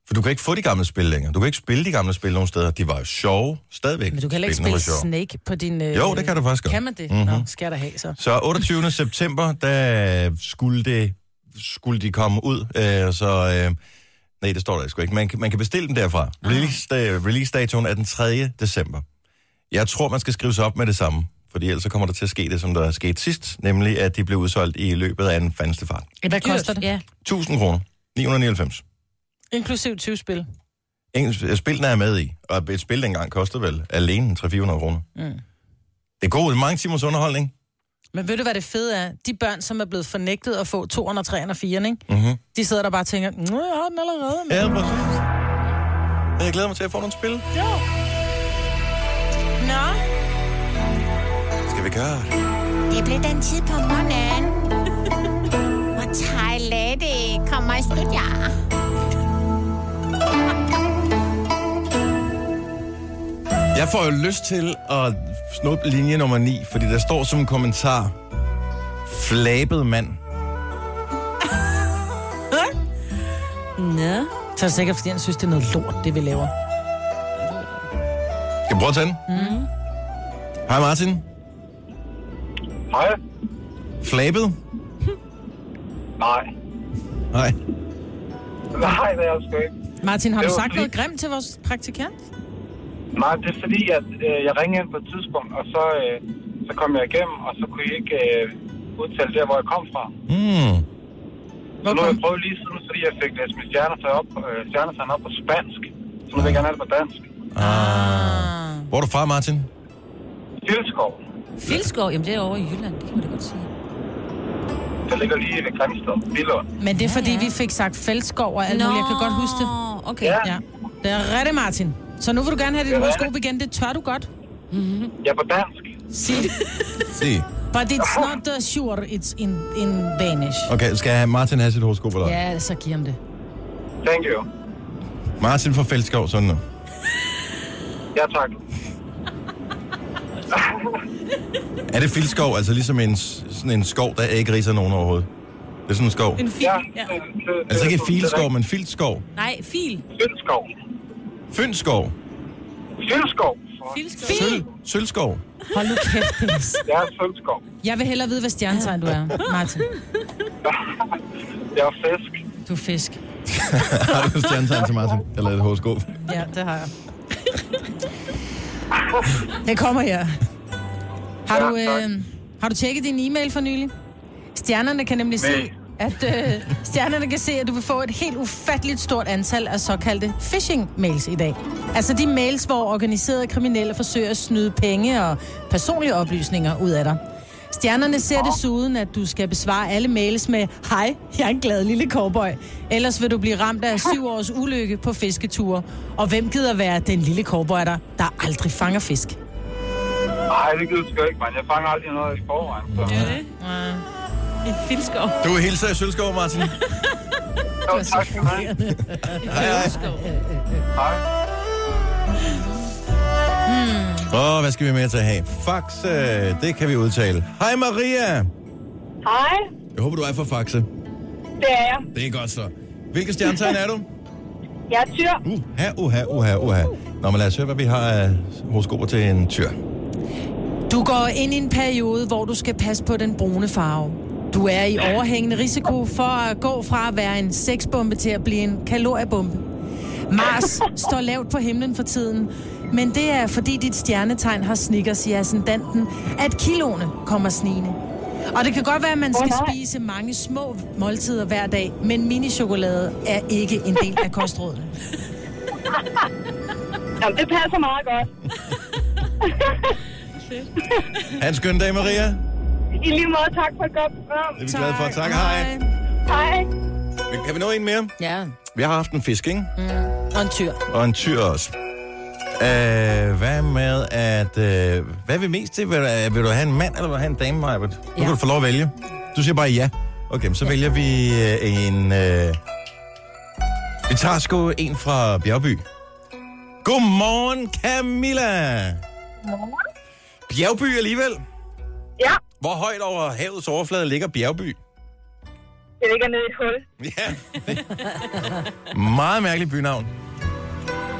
A: For du kan ikke få de gamle spil længere. Du kan ikke spille de gamle spil nogen steder. De var jo sjove stadigvæk.
C: Men du kan heller ikke
A: Spillene var
C: spille
A: sjove.
C: Snake på din... Øh,
A: Jo, det kan du faktisk godt. Mhm.
C: Kan man det? Mm-hmm. Nå, skal jeg da have så.
A: Så 28. september, der skulle, det, skulle de komme ud, øh, så... Øh, nej, det står der sgu ikke. Man, kan- man kan bestille den derfra. Release, øh, release datoen er den 3. december. Jeg tror, man skal skrive sig op med det samme, fordi ellers så kommer der til at ske det, som der skete sidst, nemlig at de blev udsolgt i løbet af en fandeste fart.
C: Hvad koster det?
B: Ja.
A: 1000 kroner. 999.
C: Inklusiv 20 spil.
A: Ingen spil, der øh, er med i, og et spil dengang kostede vel alene 300-400 kroner. Mm. Det er godt, mange timers underholdning.
C: Men ved du, hvad det fede er? De børn, som er blevet fornægtet at få 200, 300 og 400, ikke?
A: Mhm.
C: Mm-hmm. de sidder der bare og tænker, nu jeg har den allerede. Men...
A: Ja, præcis. Jeg glæder mig til at få nogle spil.
C: Nå,
A: Skal vi gøre det?
H: Det blev den tid på morgenen, hvor Thai Lady kommer i studiet.
A: Jeg får jo lyst til at snuppe linje nummer 9, fordi der står som en kommentar, flabet mand.
B: Nå.
C: så er det sikkert, fordi han synes, det er noget lort, det vi laver.
A: Skal jeg prøve at tage den? Mm. Hej Martin.
I: Hej.
A: Flabet?
I: Nej.
A: Nej.
I: Nej, det er jeg sgu ikke.
C: Martin, har
I: Det
C: du
I: var
C: sagt
I: fordi-
C: noget grimt til vores praktikant?
I: Nej, det er fordi, at øh, jeg ringede ind på et tidspunkt, og så, øh, så kom jeg igennem, og så kunne I ikke øh, udtale der, hvor jeg kom fra.
A: Mm.
I: Så
C: Hvor
I: nu har
C: kom?
I: jeg prøvet lige siden, fordi jeg fik læst min stjernetegn op, øh, stjernetegn op på spansk. Så nu vil jeg gerne have det på dansk.
C: Ah.
A: Hvor er du fra, Martin?
I: Fildskov,
B: Filskov, jamen det er over i Jylland, det kan man da godt sige.
I: det ligger lige ved Grimsted, Billund.
C: Men det er, fordi vi fik sagt fældskov og alt muligt. Jeg kan godt huske det.
B: Okay.
I: Ja.
C: Ja, det er rigtigt, Martin. Så nu vil du gerne have dit
I: Det er
C: horoskop igen. Det tør du godt.
I: Ja, på dansk.
C: Sig det.
A: Se.
C: But it's not the sure, it's in, in Danish.
A: Okay, skal Martin have sit horoskop eller?
C: Ja, så giv ham det.
I: Thank you.
A: Martin fra Fældskov, sådan nu.
I: Ja, tak.
A: Er det fildskov, altså ligesom en, s- sådan en skov, der ikke riser nogen overhovedet? Det er sådan en skov.
B: En fil. Ja.
A: Altså ikke filskov, men filtskov.
B: Nej, fil.
I: Fynskov.
A: Fyndskov.
I: Sølskov.
B: Filskov.
A: Søl. Sølskov.
C: Hold nu kæft, Dennis.
I: Jeg er Sølskov.
C: Jeg vil hellere vide, hvad stjernetegn du er, Martin.
I: Jeg er fisk.
C: Du er fisk.
A: Har du et stjernetegn til Martin? Jeg lavede et horoskop.
C: Ja, det har jeg. Det kommer her. Har du, øh, har du tjekket din e-mail for nylig? Stjernerne kan nemlig se, at øh, stjernerne kan se, at du vil få et helt ufatteligt stort antal af såkaldte phishing-mails i dag. Altså de mails, hvor organiserede kriminelle forsøger at snyde penge og personlige oplysninger ud af dig. Stjernerne ser desuden, at du skal besvare alle mails med Hej, jeg er en glad lille cowboy. Ellers vil du blive ramt af syv års ulykke på fisketure. Og hvem gider være den lille cowboy, der, der aldrig fanger fisk?
I: Nej, det gider sgu ikke, mand. Jeg fanger aldrig noget i forvejen. Så.
B: Det er det. En filskov.
A: Du hilser i Sølskov, Martin.
I: Jo, tak skal du have.
A: Hej, hej.
I: Hej.
A: Åh, hvad skal vi med til at have? Faxe, det kan vi udtale. Hej Maria.
J: Hej,
A: Jeg håber, du er fra Faxe.
J: det er jeg.
A: Det er godt så. Hvilket stjernetegn er du? Uh,
J: Jeg er tyr.
A: Uha, uha, uha, uha. Nå, men lad os høre, hvad vi har af horoskoper til en tyr.
C: Du går ind i en periode, hvor du skal passe på den brune farve. Du er i overhængende risiko for at gå fra at være en sexbombe til at blive en kaloriebombe. Mars står lavt på himlen for tiden, men det er fordi dit stjernetegn har snikkers i ascendanten, at kiloene kommer snigende. Og det kan godt være, at man skal spise mange små måltider hver dag, men minichokolade er ikke en del af kostrådene.
J: Jamen, det passer meget godt.
A: Ha' en skøn dag, Maria.
J: I lige måde, tak for et godt program.
A: Det er vi glade for. Tak, hej.
J: Hej.
A: Kan vi nå en mere?
C: Ja,
A: Vi har haft en fisk, ikke?
C: og en tyr.
A: Og en tyr også. Øh, hvad med at... Øh, hvad vil mest til? Vil, du- øh, vil du have en mand, eller vil du have en dame, Majbert? Nu
C: Ja.
A: kan du få lov at vælge. Du siger bare ja. Okay, men så vælger vi øh, en... Øh, vi tager sgu en fra Bjergby. Godmorgen, Camilla! Bjergby alligevel.
J: Ja,
A: Hvor højt over havets overflade ligger Bjergby?
J: det ligger nede i et hul.
A: Ja. Meget mærkeligt bynavn.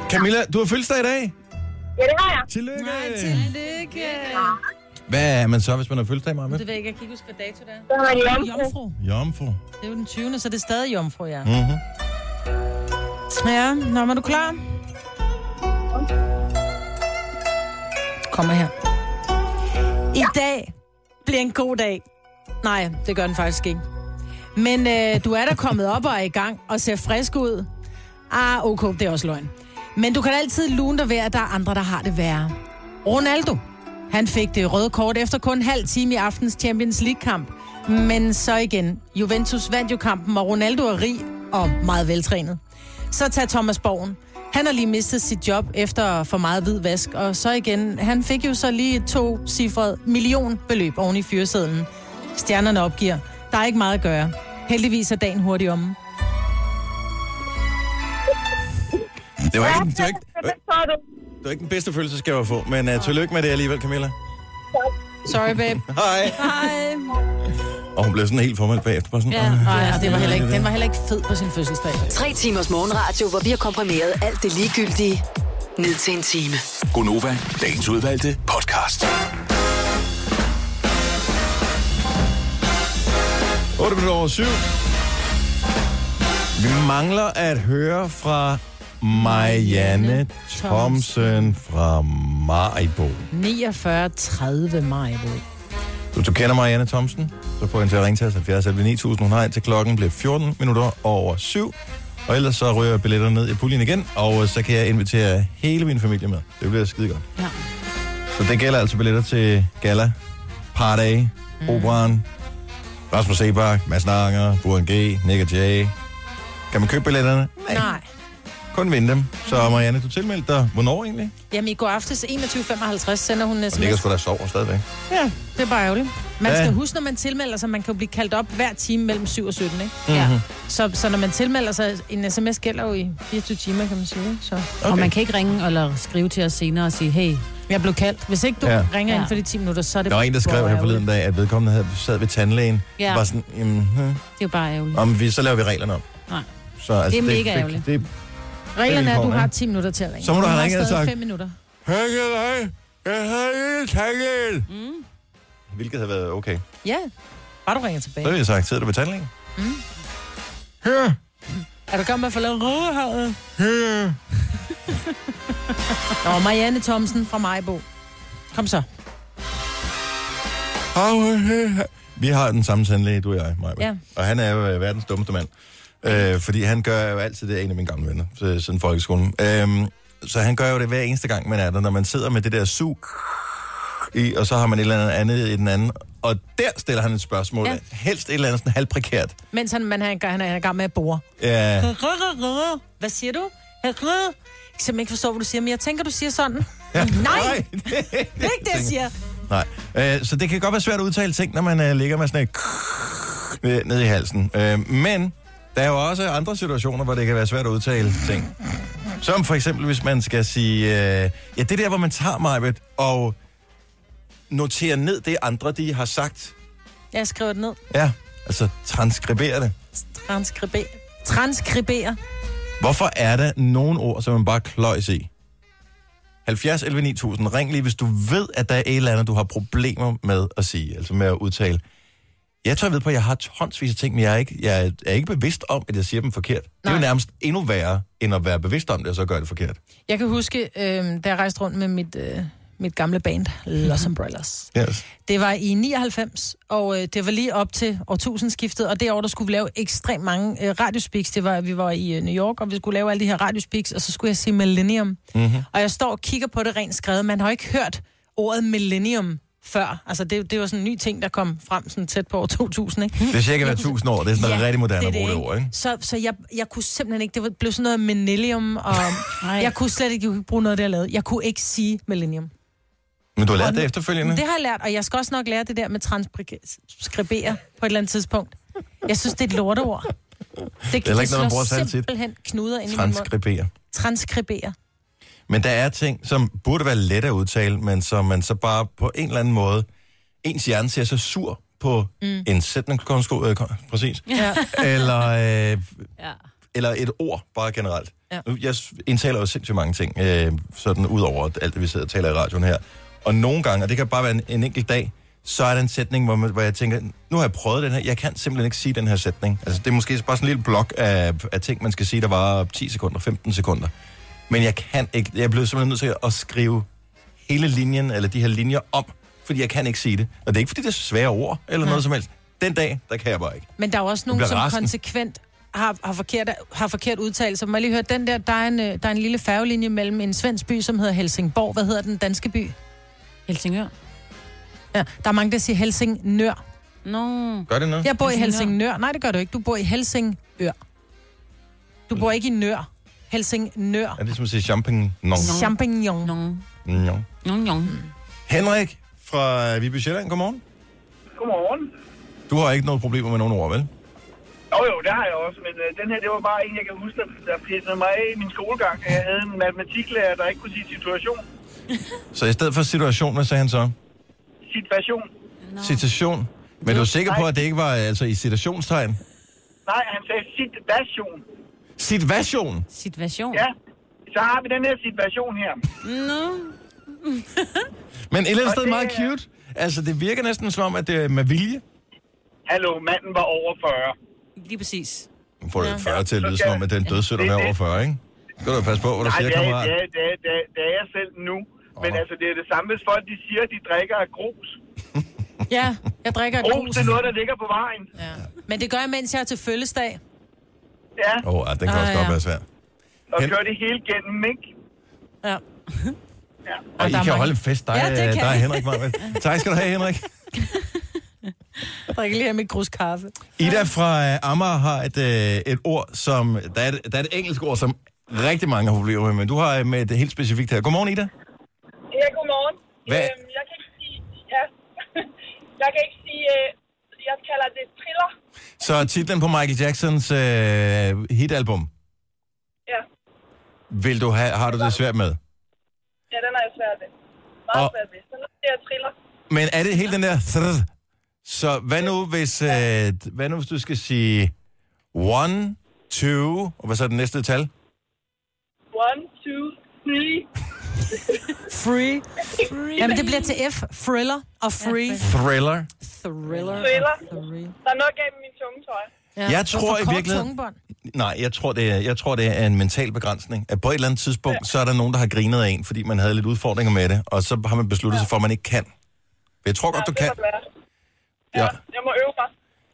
A: Camilla, du har fødselsdag i dag.
J: Ja, det har jeg.
A: Tillykke.
C: Tillykke.
A: Hvad er man så, hvis man har fødselsdag, Maja?
C: Det ved jeg ikke, jeg kan ikke huske, hvad dato det er.
J: Så har jeg en jomfru.
C: Jomfru.
A: Jomfru.
C: Det er jo den 20. så det er stadig jomfru, ja.
A: Mm-hmm.
C: Ja, nå, er du klar? Kommer her. I dag bliver en god dag. Nej, det gør den faktisk ikke. Men øh, du er da kommet op og er i gang og ser frisk ud. Ah, okay, det er også løgn. Men du kan altid lune dig ved, at der er andre, der har det værre. Ronaldo, han fik det røde kort efter kun en halv time i aftens Champions League-kamp. Men så igen, Juventus vandt jo kampen, og Ronaldo er rig og meget veltrænet. Så tag Thomas Borgen. Han har lige mistet sit job efter for meget hvid vask, og så igen, han fik jo så lige et to-cifret millionbeløb oven i fyresedlen. Stjernerne opgiver. Der er ikke meget at gøre. Heldigvis er dagen hurtigt om.
A: Det var ikke, det var ikke,
J: Det får du.
A: det var ikke den bedste følelsesgave at få, men uh, tillykke med det alligevel, Camilla.
C: Sorry, babe.
A: Hej.
C: Hej.
A: Og hun blev sådan helt formelt bagefter. Bare sådan,
B: Ja.
A: "Åh,
C: Nej, altså, det var heller ikke, den var heller ikke fed på sin fødselsdag.
F: Tre timers morgenradio, hvor vi har komprimeret alt det ligegyldige ned til en time.
D: Gonova, dagens udvalgte podcast.
A: 8 minutter over 7. Vi mangler at høre fra Marianne Thomsen fra Maribo.
C: 49, 30 maj. ved jeg.
A: Hvis du kender Marianne Thomsen, så får hende til at ringe til os 70 11 9000. Hun har indtil klokken bliver 14 minutter over 7. Og ellers så ryger billetterne ned i puljen igen, og øh, så kan jeg invitere hele min familie med. Det bliver skide godt.
C: Ja.
A: Så det gælder altså billetter til gala, Party, mm. Operan, Rasmus Sebak, Mads Nanger, Buren G, Nick og Jay. Kan man købe billetterne?
C: Nej.
A: Kun vinde dem. Så Marianne, du tilmeldte dig. Hvornår egentlig?
C: Jamen, i går aftes 21.55 sender hun en
A: Og ligger
C: sms.
A: sgu da og sover stadigvæk.
C: Ja, det er bare ærgerligt. Man
A: Ja.
C: skal huske, når man tilmelder sig, man kan jo blive kaldt op hver time mellem 7 og 17, ikke?
A: Mhm.
C: Mm-hmm.
B: Ja.
C: Så, så når man tilmelder sig, en sms gælder jo i 24 timer, kan man sige. ikke? Så.
B: Okay. Og man kan ikke ringe eller skrive til os senere og sige, hey,
C: Jeg blev kaldt. Hvis ikke du
A: Ja.
C: ja. ringer ja. inden for de 10 minutter, så er det...
A: Der var en, der skrev her
C: Wow.
A: forleden dag, at vedkommende havde sad ved tandlægen.
C: Ja.
A: Ja. Var sådan, jamen, hmm.
B: Det er jo bare ærgerligt.
A: Om vi, så laver vi reglerne om.
B: Nej.
A: Så,
C: Det er mega
A: fik-
C: ærgerligt.
A: Det,
C: Reglerne er, at du
A: vilkårene,
C: har
A: ikke?
C: 10 minutter til at ringe.
A: Så må du have
C: har
A: ringet og
C: stadig
A: sagt,
C: fem minutter.
A: Hej, hej. Jeg har lige tandlægen.
C: Mm.
A: Hvilket havde været okay.
C: Ja. Bare du ringer tilbage.
A: Så ville jeg sagt, sidder du ved tandlægen?
C: Mm.
A: Ja.
C: Er du gammel med at få lavet rødhåret? Ja. Nå, Marianne Thomsen fra Majbo. Kom så.
A: Vi har den samme tandlæge, du og jeg, Maja.
C: Ja.
A: Og han er jo øh, verdens dummeste mand. Øh, fordi han gør jo altid det, er en af mine gamle venner, øh, siden folkeskolen. Øh, så han gør jo det hver eneste gang, man er der, når man sidder med det der sug i, og så har man et eller andet andet i den anden. Og der stiller han et spørgsmål, ja.
C: Ja.
A: helst et eller andet sådan halvprekært.
C: Mens han, man, han, han, er, han er i gang med at bore.
A: Ja,
C: Rødhåret. Hvad siger du? Rødhåret. Jeg kan simpelthen ikke forstå, hvad du siger, men jeg tænker, du siger sådan.
A: Ja.
C: Nej,
A: det er
C: det er ikke det, jeg siger.
A: nej. Øh, så det kan godt være svært at udtale ting, når man øh, ligger med sådan et ned- ned i halsen. Øh, men der er jo også andre situationer, hvor det kan være svært at udtale ting. Som for eksempel, hvis man skal sige... Øh, ja, det der, hvor man tager mig og noterer ned det, andre de har sagt.
C: Jeg skriver det ned.
A: Ja, altså transkriberer det.
C: Transkriber. Transkriber.
A: Hvorfor er der nogle ord, som man bare kløjs i? 70 11 9000. Ring lige, hvis du ved, at der er et eller andet, du har problemer med at sige, altså med at udtale. Jeg tror, jeg ved på, at jeg har tonsvis af ting, men jeg er ikke, jeg er ikke bevidst om, at jeg siger dem forkert. Nej. Det er jo nærmest endnu værre, end at være bevidst om det, og så gøre det forkert.
C: Jeg kan huske, øh, da jeg rejste rundt med mit, øh, mit gamle band, Los Umbrellas.
A: Yes.
C: Det var i 99, og øh, det var lige op til årtusindskiftet, og det år, der skulle vi lave ekstremt mange øh, radiospeaks. Det var, vi var i øh, New York, og vi skulle lave alle de her radiospeaks, og så skulle jeg sige Millennium.
E: Mhm.
C: Og jeg står og kigger på det rent skrevet. Man har jo ikke hørt ordet Millennium før. Altså, det, det var sådan en ny ting, der kom frem sådan tæt på år 2000, ikke?
A: Det er cirka hver tusind år. Det er sådan noget rigtig moderne at bruge det ord, ikke?
C: Så, så jeg, jeg kunne simpelthen ikke, det var- blev sådan noget millennium, og jeg kunne slet ikke jeg kunne bruge noget, af det jeg lavede. Jeg kunne ikke sige millennium.
A: Men du har lært det
C: Men
A: efterfølgende.
C: Det har jeg lært, og jeg skal også nok lære det der med transkribere på et eller andet tidspunkt. Jeg synes, det er et lorteord.
A: Det er heller ikke noget, man bruger
C: slår
A: særlig tit.
C: simpelthen knuder ind i min mund.
A: Transkriberer.
C: Transkribere.
A: Men der er ting, som burde være let at udtale, men som man så bare på en eller anden måde... Ens hjerne ser så sur på mm.
E: Mm.
A: en sætningskonstru... Øh, kon- præcis.
E: Ja.
A: eller, øh,
B: ja.
A: eller et ord, bare generelt.
E: Ja.
A: Nu, Jeg s- indtaler jo sindssygt mange ting, øh, sådan ud over alt det, vi sidder og taler i radioen her. Og nogle gange, og det kan bare være en, en enkelt dag, så er der en sætning, hvor, man, hvor jeg tænker, nu har jeg prøvet den her, jeg kan simpelthen ikke sige den her sætning. Altså, det er måske bare sådan en lille blok af, af ting, man skal sige, der var 10 sekunder, 15 sekunder. Men jeg kan ikke, jeg blev simpelthen nødt til at skrive hele linjen, eller de her linjer om, fordi jeg kan ikke sige det. Og det er ikke, fordi det er svære ord, eller noget som helst. Den dag, der kan jeg bare ikke.
C: Men der er jo også
A: Du
C: nogen,
A: bliver
C: som
A: rasende.
C: konsekvent har, har, forkert, har forkert udtalelse. Må jeg lige høre den der, der er en, øh, der er en lille færgelinje mellem en svensk by, som hedder Helsingborg. Hvad hedder den danske by?
B: Helsingør.
C: Ja, der er mange, der siger Helsingør.
B: No.
A: Gør det noget?
C: Jeg bor i Helsingør. Nej, det gør du ikke. Du bor i Helsingør. Du bor ikke i Nør. Helsingør.
A: Er det som at sige champignon?
C: Champignon. Nogen.
A: Nå.
B: Nogen.
A: Henrik fra Viby Sjælland, godmorgen.
I: Godmorgen.
A: Du har ikke noget problemer med nogen ord, vel?
I: Jo, jo, det har jeg også, men øh, den her, det var bare en, jeg kan huske, der- der pissede mig af i min skolegang. Jeg havde en matematiklærer, der ikke kunne sige situation.
A: Så i stedet for situation, hvad sagde han så?
I: Situation.
A: Citation. Men du er sikker på, at det ikke var altså i citationstegn?
I: Nej, han sagde situation.
A: Situation?
B: Situation?
I: Ja. Så har vi den her situation her.
B: No.
A: Men et eller andet
I: Og
A: sted
I: det
A: meget
I: er-
A: cute. Altså, det virker næsten som om, at det er med vilje.
I: Hallo, manden var over 40.
B: Lige præcis.
A: Nu får
I: Ja.
A: det 40 til at
I: Så
A: lyde
I: skal-
A: som om, at det er en dødsøt at være over 40, ikke? Det kan du passe på, hvad du
I: Nej,
A: siger,
I: det er,
A: kammerat.
I: det, er, det, er, det, er, det er jeg selv nu. Men altså, det er det samme, hvis folk de siger, at de drikker af grus.
C: Ja, jeg drikker et
I: Grus
C: krus.
I: det er noget, der ligger på vejen.
C: Ja. Men det gør jeg, mens jeg er til fødselsdag.
I: Ja.
A: Åh, oh, den kan også
C: Ah,
A: godt
C: ja.
A: være svær.
I: Og
A: Hen-
I: kører det hele gennem, ikke?
C: Ja.
A: Og I
C: der er
A: kan
C: mange-
A: holde en fest, dig, øh,
C: Ja, det kan
A: dig og
C: vi.
A: Henrik. Marvind. Tak skal du have, Henrik.
C: Jeg drikker lige her mit grus kaffe.
A: Ida fra øh, Amager har et, øh, et ord, som... Der er et, der er et engelsk ord, som rigtig mange har problemer med, men du har øh, med et helt specifikt her. Godmorgen, Ida.
J: Ja, godmorgen.
A: Hvad?
J: Øhm, jeg kan ikke sige... Ja. jeg kan ikke sige... Øh, jeg kalder det triller.
A: Så titlen på Michael Jacksons øh, hitalbum,
J: Ja.
A: vil du have, har du det svært med?
J: Ja, den er jeg svært ved. meget
A: Og-
J: svært ved. Så nu siger jeg triller.
A: Men er det helt den der... thr- Så hvad nu, hvis, øh, hvad nu, hvis du skal sige... One, two... Og hvad så er det næste tal?
J: One, two, three.
C: Free. free. Jamen, det bliver til F. Thriller og free.
A: Thriller.
C: Thriller.
J: Thriller. Der er noget gennem min tunge, tror jeg.
A: Ja. Jeg tror i virkeligheden- Nej, jeg tror, det er, jeg tror, det er en mental begrænsning. At på et eller andet tidspunkt, ja. så er der nogen, der har grinet af en, fordi man havde lidt udfordringer med det, og så har man besluttet sig for, at man ikke kan. Jeg tror godt, du kan. Ja.
J: Jeg må øve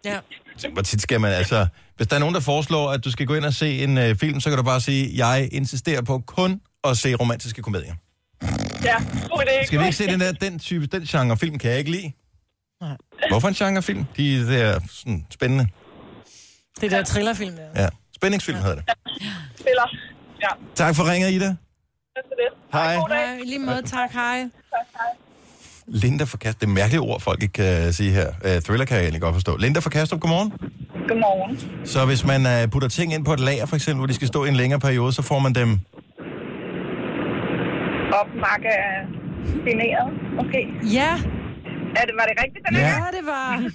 J: mig.
C: Ja.
A: Tænk, Hvor tit skal man altså... Hvis der er nogen, der foreslår, at du skal gå ind og se en øh, film, så kan du bare sige, jeg insisterer på kun at se romantiske komedier.
J: Ja, god idé.
A: Skal vi ikke se den der, den type, den genre film kan jeg ikke lide? Hvorfor en genre film? De der sådan spændende.
C: Det der thrillerfilm der.
A: Ja. Spændingsfilm hedder det.
J: Spiller. Ja,
A: Tak for ringet, Ida.
J: tak for det.
A: Hej.
C: Hej. I lige måde, tak. Hej.
A: Linda fra Kastrup. Det er mærkelige ord, folk ikke kan sige her. Uh, thriller kan jeg egentlig godt forstå. Linda fra Kastrup, godmorgen.
J: Godmorgen.
A: Så hvis man uh, putter ting ind på et lager, for eksempel, hvor de skal stå i en længere periode, så får man dem...
J: Opmakke er generet, måske.
C: Ja.
J: Er det, var det rigtigt, den
A: Ja.
J: her?
A: Ja,
C: det var.
A: Er det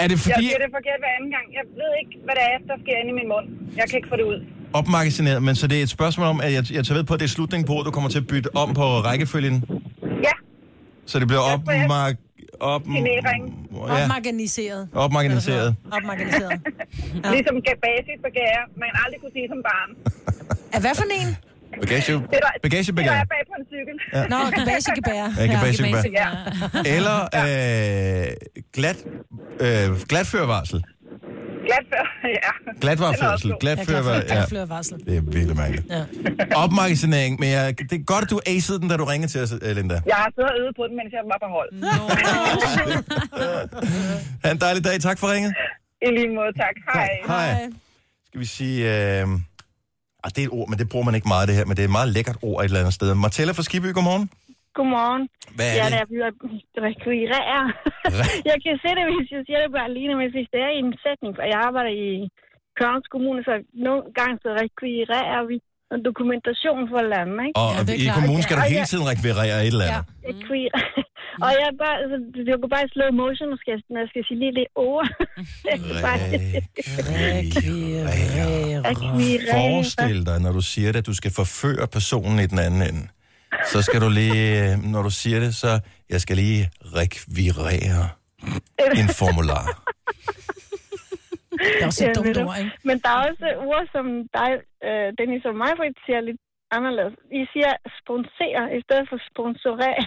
J: Jeg
A: fordi-
J: siger det forkert hver anden gang. Jeg ved ikke, hvad det er, der sker inde i min mund. Jeg kan ikke få det ud.
A: Opmagasineret, men så det er et spørgsmål om, at jeg, jeg tager ved på, at det er slutningen på, at du kommer til at bytte om på rækkefølgen.
J: Ja.
A: Så det bliver opmag... Op...
J: Genering.
A: Ja,
C: Opmaganiseret.
A: opmaganiseret.
C: Opmaganiseret.
J: Ja. Ligesom ga- basis bagager, man aldrig kunne sige som barn.
C: Er hvad for en?
A: Bagage...
J: Det der, det der
A: Bagagebagage.
J: er bag på en cykel.
A: Ja.
C: Nå, gabagebærer.
A: Ja, gabagebærer.
J: Ja.
A: Eller øh, glat, øh, glatførvarsel.
J: Glat før, ja.
A: Glatvarførsel. Glatførvarsel. Ja.
C: Glatførvarsel.
A: Det er virkelig mærkeligt.
C: Ja.
A: Opmagasinering, men jeg, det er godt, du acede den, da du ringede til os, øh, Linda.
J: Jeg har siddet og øvet på den, mens jeg var på hold.
A: Ha' en dejlig dag. Tak for ringet.
J: I lige måde, tak. Hej.
A: Hej. Skal vi sige... Øh, ah, det er et ord, men det bruger man ikke meget, det her. Men det er et meget lækkert ord et eller andet sted. Martella fra Skibby, godmorgen.
K: Godmorgen.
A: Hvad er
K: jeg
A: det?
K: Jeg bliver rekvireret. jeg kan se det, hvis jeg siger det bare alene, men hvis det er i en sætning, for jeg arbejder i Kørens Kommune, så nogle gange så rekvirerer vi en dokumentation for landet, ikke?
A: Og ja, i kommunen skal du
K: Og
A: hele
K: jeg-
A: tiden rekvirere et eller andet.
K: Rekvirere. og jeg er bare, altså, det går bare i slow motion, når jeg skal, når jeg skal sige lige det ord.
A: Forestil dig, når du siger det, at du skal forføre personen i den anden ende. Så skal du lige, øh, når du siger det, så jeg skal lige rekvirere en formular.
K: Det
C: er også et dumt ord, ikke?
K: Men der er også ord, som dig, øh, Dennis og mig, siger lidt anderledes. I siger sponsere i stedet for sponsorere.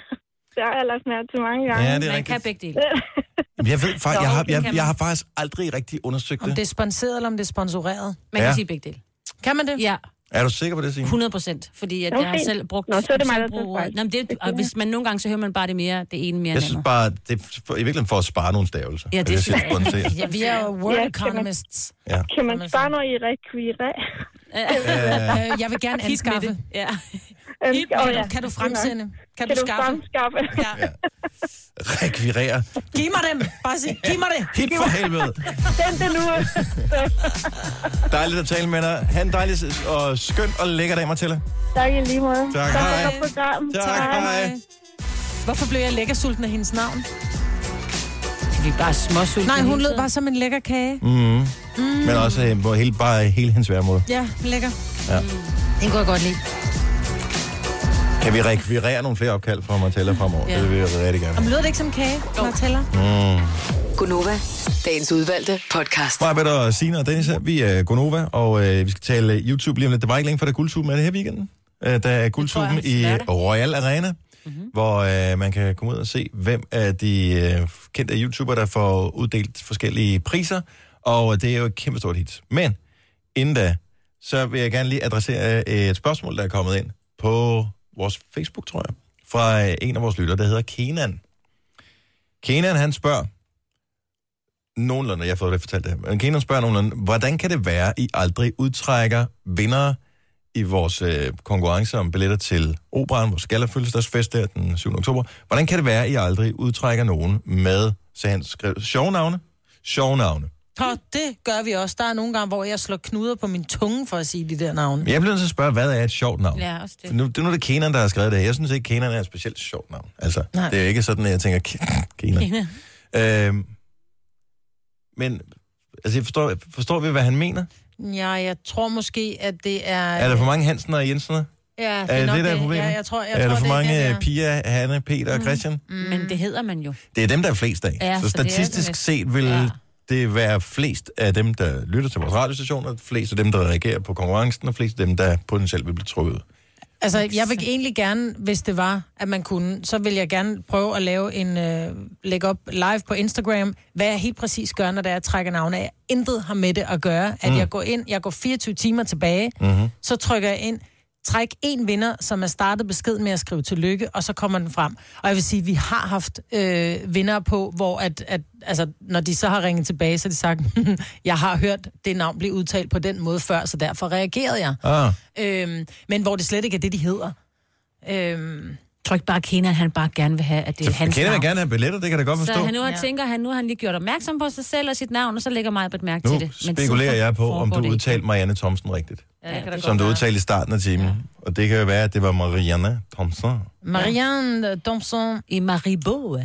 K: Det har jeg lagt mærke til mange gange.
A: Ja, det er Man rigtigt. kan
C: begge dele.
A: Jeg ved faktisk,
C: Nå,
A: jeg har,
C: det
A: jeg,
C: kan
A: jeg
C: man.
A: har faktisk aldrig rigtig undersøgt
C: Om det er
A: det.
C: sponsoreret, eller om det er sponsoreret.
A: Man kan Ja. sige
C: begge dele. Kan man det? Ja.
A: Er du sikker på det, Signe?
B: 100 procent, fordi at
C: Okay.
B: jeg har selv brugt...
C: Nå, så er det mig,
B: selv
C: der
B: bruger
C: tager
B: ordet.
C: fejl.
B: Nå, men det,
C: Det
B: og hvis man nogle gange, så hører man bare det mere, det ene mere
A: Jeg
B: end
A: synes
B: andet.
A: bare, det er for- i virkeligheden for at spare nogle stavelser.
B: Ja,
A: at
B: det
A: jeg
B: synes
A: siger sponsorer.
C: Ja, vi er jo
K: Ja,
C: world
K: kan man-
C: economists.
A: Ja.
K: Kan man spare noget i rekvirere?
C: Øh, jeg vil gerne
K: Hit med
C: anskaffe.
K: det.
B: Ja.
C: Hit med det. Kan du fremsende? Kan du skaffe?
K: fremskaffe?
C: Ja.
A: Rekvirere.
C: Giv mig dem. Bare sig, giv mig det.
A: Hit for helvede.
K: Send det nu.
A: Dejligt at tale med dig. Ha' en dejlig s- og skøn og lækker dag, Martella.
K: tak i lige måde.
A: Tak,
K: tak
A: hej.
K: for godt program.
A: Tak, hej.
C: Hvorfor blev jeg lækker sulten af hendes navn?
B: Vi er bare småsultne.
C: Nej, hun lød bare som en lækker kage.
A: Mm.
C: Mm.
A: Men også øh, på hele, bare hele hendes værmåde.
C: Ja, lækker.
A: Ja.
C: Den kunne jeg godt lide.
A: Kan vi rekvirere nogle flere opkald fra Martella fremover?
C: Ja.
A: Det vil jeg rigtig gerne.
C: Om lød det ikke som kage, Martella?
A: Mm.
F: Gunova, dagens udvalgte podcast.
A: Mig, Peter og Signe og Dennis her. Vi er Gonova, og øh, vi skal tale øh, YouTube lige om lidt. Det var ikke længe før, der er guldtuben. Er det her i weekenden? Øh, der er guldtuben i Royal Arena, mm-hmm. hvor øh, man kan komme ud og se, hvem af de øh, kendte YouTubere, der får uddelt forskellige priser. Og det er jo et kæmpe stort hit. Men inden da, så vil jeg gerne lige adressere øh, et spørgsmål, der er kommet ind på vores Facebook, tror jeg, fra øh, en af vores lyttere, der hedder Kenan. Kenan, han spørger, nogenlunde, jeg har fået det fortalt det her, men Kenan spørger nogenlunde, hvordan kan det være, I aldrig udtrækker vinder i vores øh, konkurrence om billetter til Operan, vores gallerfødselsdagsfest der den 7. oktober. Hvordan kan det være, I aldrig udtrækker nogen med, så han skrev, sjove navne? Sjove navne.
C: Og det gør vi også. Der er nogle gange, hvor jeg slår knuder på min tunge for at sige de der navne.
A: Men Jeg bliver nødt til at spørge, hvad er et sjovt navn?
C: Ja, også det.
A: For Nu, det, nu er det Kenan, der har skrevet det her. Jeg synes ikke, Kenan er et specielt sjovt navn. Altså,
C: Nej.
A: Nej. det er jo ikke sådan, at jeg tænker, "Ke- Kenan. Øhm, men, altså, jeg forstår, forstår vi, hvad han mener?
C: Ja, jeg tror måske, at det er...
A: Er der for mange Hansen og Jensener?
C: Ja, det er,
A: er det,
C: nok
A: der er problemet?
C: Ja, jeg tror, jeg
A: er
C: tror,
A: der for
C: det
A: mange
C: det,
A: øh, Pia, Hanne, Peter og Christian?
B: Mm. Men det hedder man jo.
A: Det er dem, der er flest af.
B: Ja,
A: Ja, så
B: så det er det
A: statistisk
B: næsten.
A: set vil ja. det være flest af dem, der lytter til vores radiostation, og flest af dem, der reagerer på konkurrencen, og flest af dem, der potentielt vil blive trukket. Ah, ud.
C: Altså, jeg vil egentlig gerne, hvis det var, at man kunne, så vil jeg gerne prøve at lave en, øh, lægge op live på Instagram, hvad jeg helt præcis gør, når det er, at jeg trækker navne af. Intet har med det at gøre, at mm.
L: Mm.
C: jeg går ind, jeg går 24 timer tilbage,
L: Mhm.
C: så trykker jeg ind, træk en vinder, som er startet besked med at skrive tillykke, og så kommer den frem. Og jeg vil sige, vi har haft øh, vinder på, hvor at, at, altså, når de så har ringet tilbage, så har de sagt, jeg har hørt det navn blive udtalt på den måde før, så derfor reagerede jeg.
A: Ah.
C: Øhm, men hvor det slet ikke er det, de hedder. Øhm,
B: tror ikke bare, at Kenan han bare gerne vil have, at det er
A: Så
B: hans
A: kender jeg
B: navn.
A: gerne have billetter, det kan jeg da godt
B: Så
A: forstå.
B: han nu ja. tænker, han nu har han lige gjort opmærksom på sig selv og sit navn, og så lægger mig et mærke
A: Nu
B: til det.
A: spekulerer
B: så
A: jeg på, om
B: foregår
A: du
B: det ikke.
A: udtalte Marianne Thomsen rigtigt.
B: Ja, det kan da
A: Som
B: godt
A: du
B: være.
A: udtalte i starten af timen. Og det kan jo være, at det var Marianne Thomsen.
C: Marianne Domson
B: i Maribo. Ja.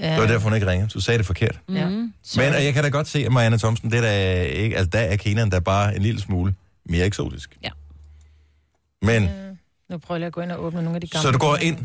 A: Det var derfor, hun ikke ringede. Du sagde det forkert.
B: Ja. Mm.
A: Men og jeg kan da godt se, at Marianne Thomsen, det er da ikke, altså der er Kenan, der er bare en lille smule mere eksotisk.
B: Ja.
A: Men,
C: nu prøver jeg at gå ind og åbne nogle af de gamle.
A: så du går ind,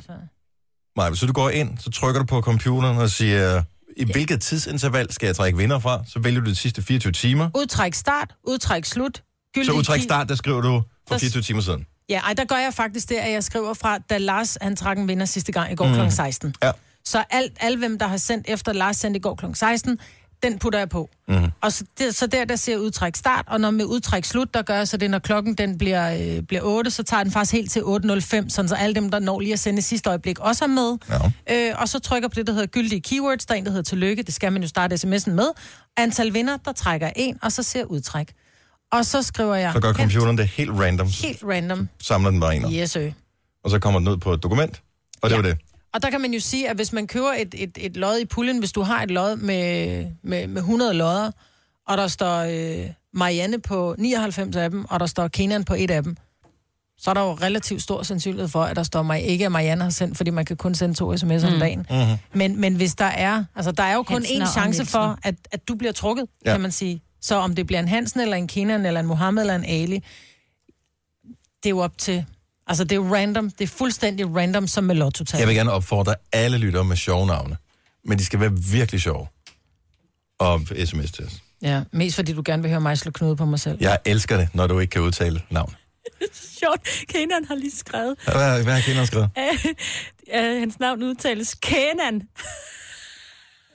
A: Maja, så du går ind, så trykker du på computeren og siger, i hvilket tidsinterval skal jeg trække vinder fra? Så vælger du de sidste 24 timer.
C: Udtræk start, udtræk slut.
A: Så
C: gyldig
A: udtræk
C: ki-
A: start, der skriver du for
C: Der s-
A: 24 timer siden.
C: Ja, ej, der gør jeg faktisk det, at jeg skriver fra, da Lars han trak en vinder sidste gang i går
A: Mm.
C: kl. 16.
A: Ja.
C: Så alt, alle hvem, der har sendt efter Lars sendte i går kl. 16, den putter jeg på.
A: Mhm.
C: Og så, der, så der, der ser jeg udtræk start, og når med udtræk slut, der gør jeg så det, når klokken den bliver, øh, bliver 8, så tager den faktisk helt til 8.05, sådan så alle dem, der når lige at sende i sidste øjeblik, også er med. Ja. Øh, og så trykker jeg på det, der hedder gyldige keywords, der er en, der hedder tillykke, det skal man jo starte sms'en med. Antal vinder, der trækker jeg en, og så ser jeg udtræk. Og så skriver jeg
A: Så gør computeren det helt random.
C: helt random,
A: Samler den bare ind. op.
C: yes, ø.
A: Og så kommer den ud på et dokument. Og det var det.
C: Og der kan man jo sige, at hvis man køber et, et, et lod i puljen, hvis du har et lod med, med, med 100 lodder, og der står øh, Marianne på 99 af dem, og der står Kenan på et af dem, så er der jo relativt stor sandsynlighed for, at der står mig ikke, at Marianne har sendt, fordi man kan kun sende to sms'er mm. om dagen.
A: Mm-hmm.
C: Men, men hvis der er, altså der er jo kun
B: Hansen
C: én
B: og
C: chance
B: Nielsen.
C: for, at, at du bliver trukket, ja.
A: Ja.
C: kan man sige. Så om det bliver en Hansen, eller en Kenan, eller en Mohammed, eller en Ali, det er jo op til... Altså, det er jo random. Det er fuldstændig random, som med lotto
A: Jeg vil gerne opfordre alle lyttere med sjove navne. Men de skal være virkelig sjove. Og sms til os.
C: Ja, mest fordi du gerne vil høre mig slå knude på mig selv.
A: Jeg elsker det, når du ikke kan udtale navn.
B: Sjovt, Kenan har lige skrevet.
A: Hvad, hvad har Kenan skrevet?
B: Øh, øh, hans navn udtales Kenan.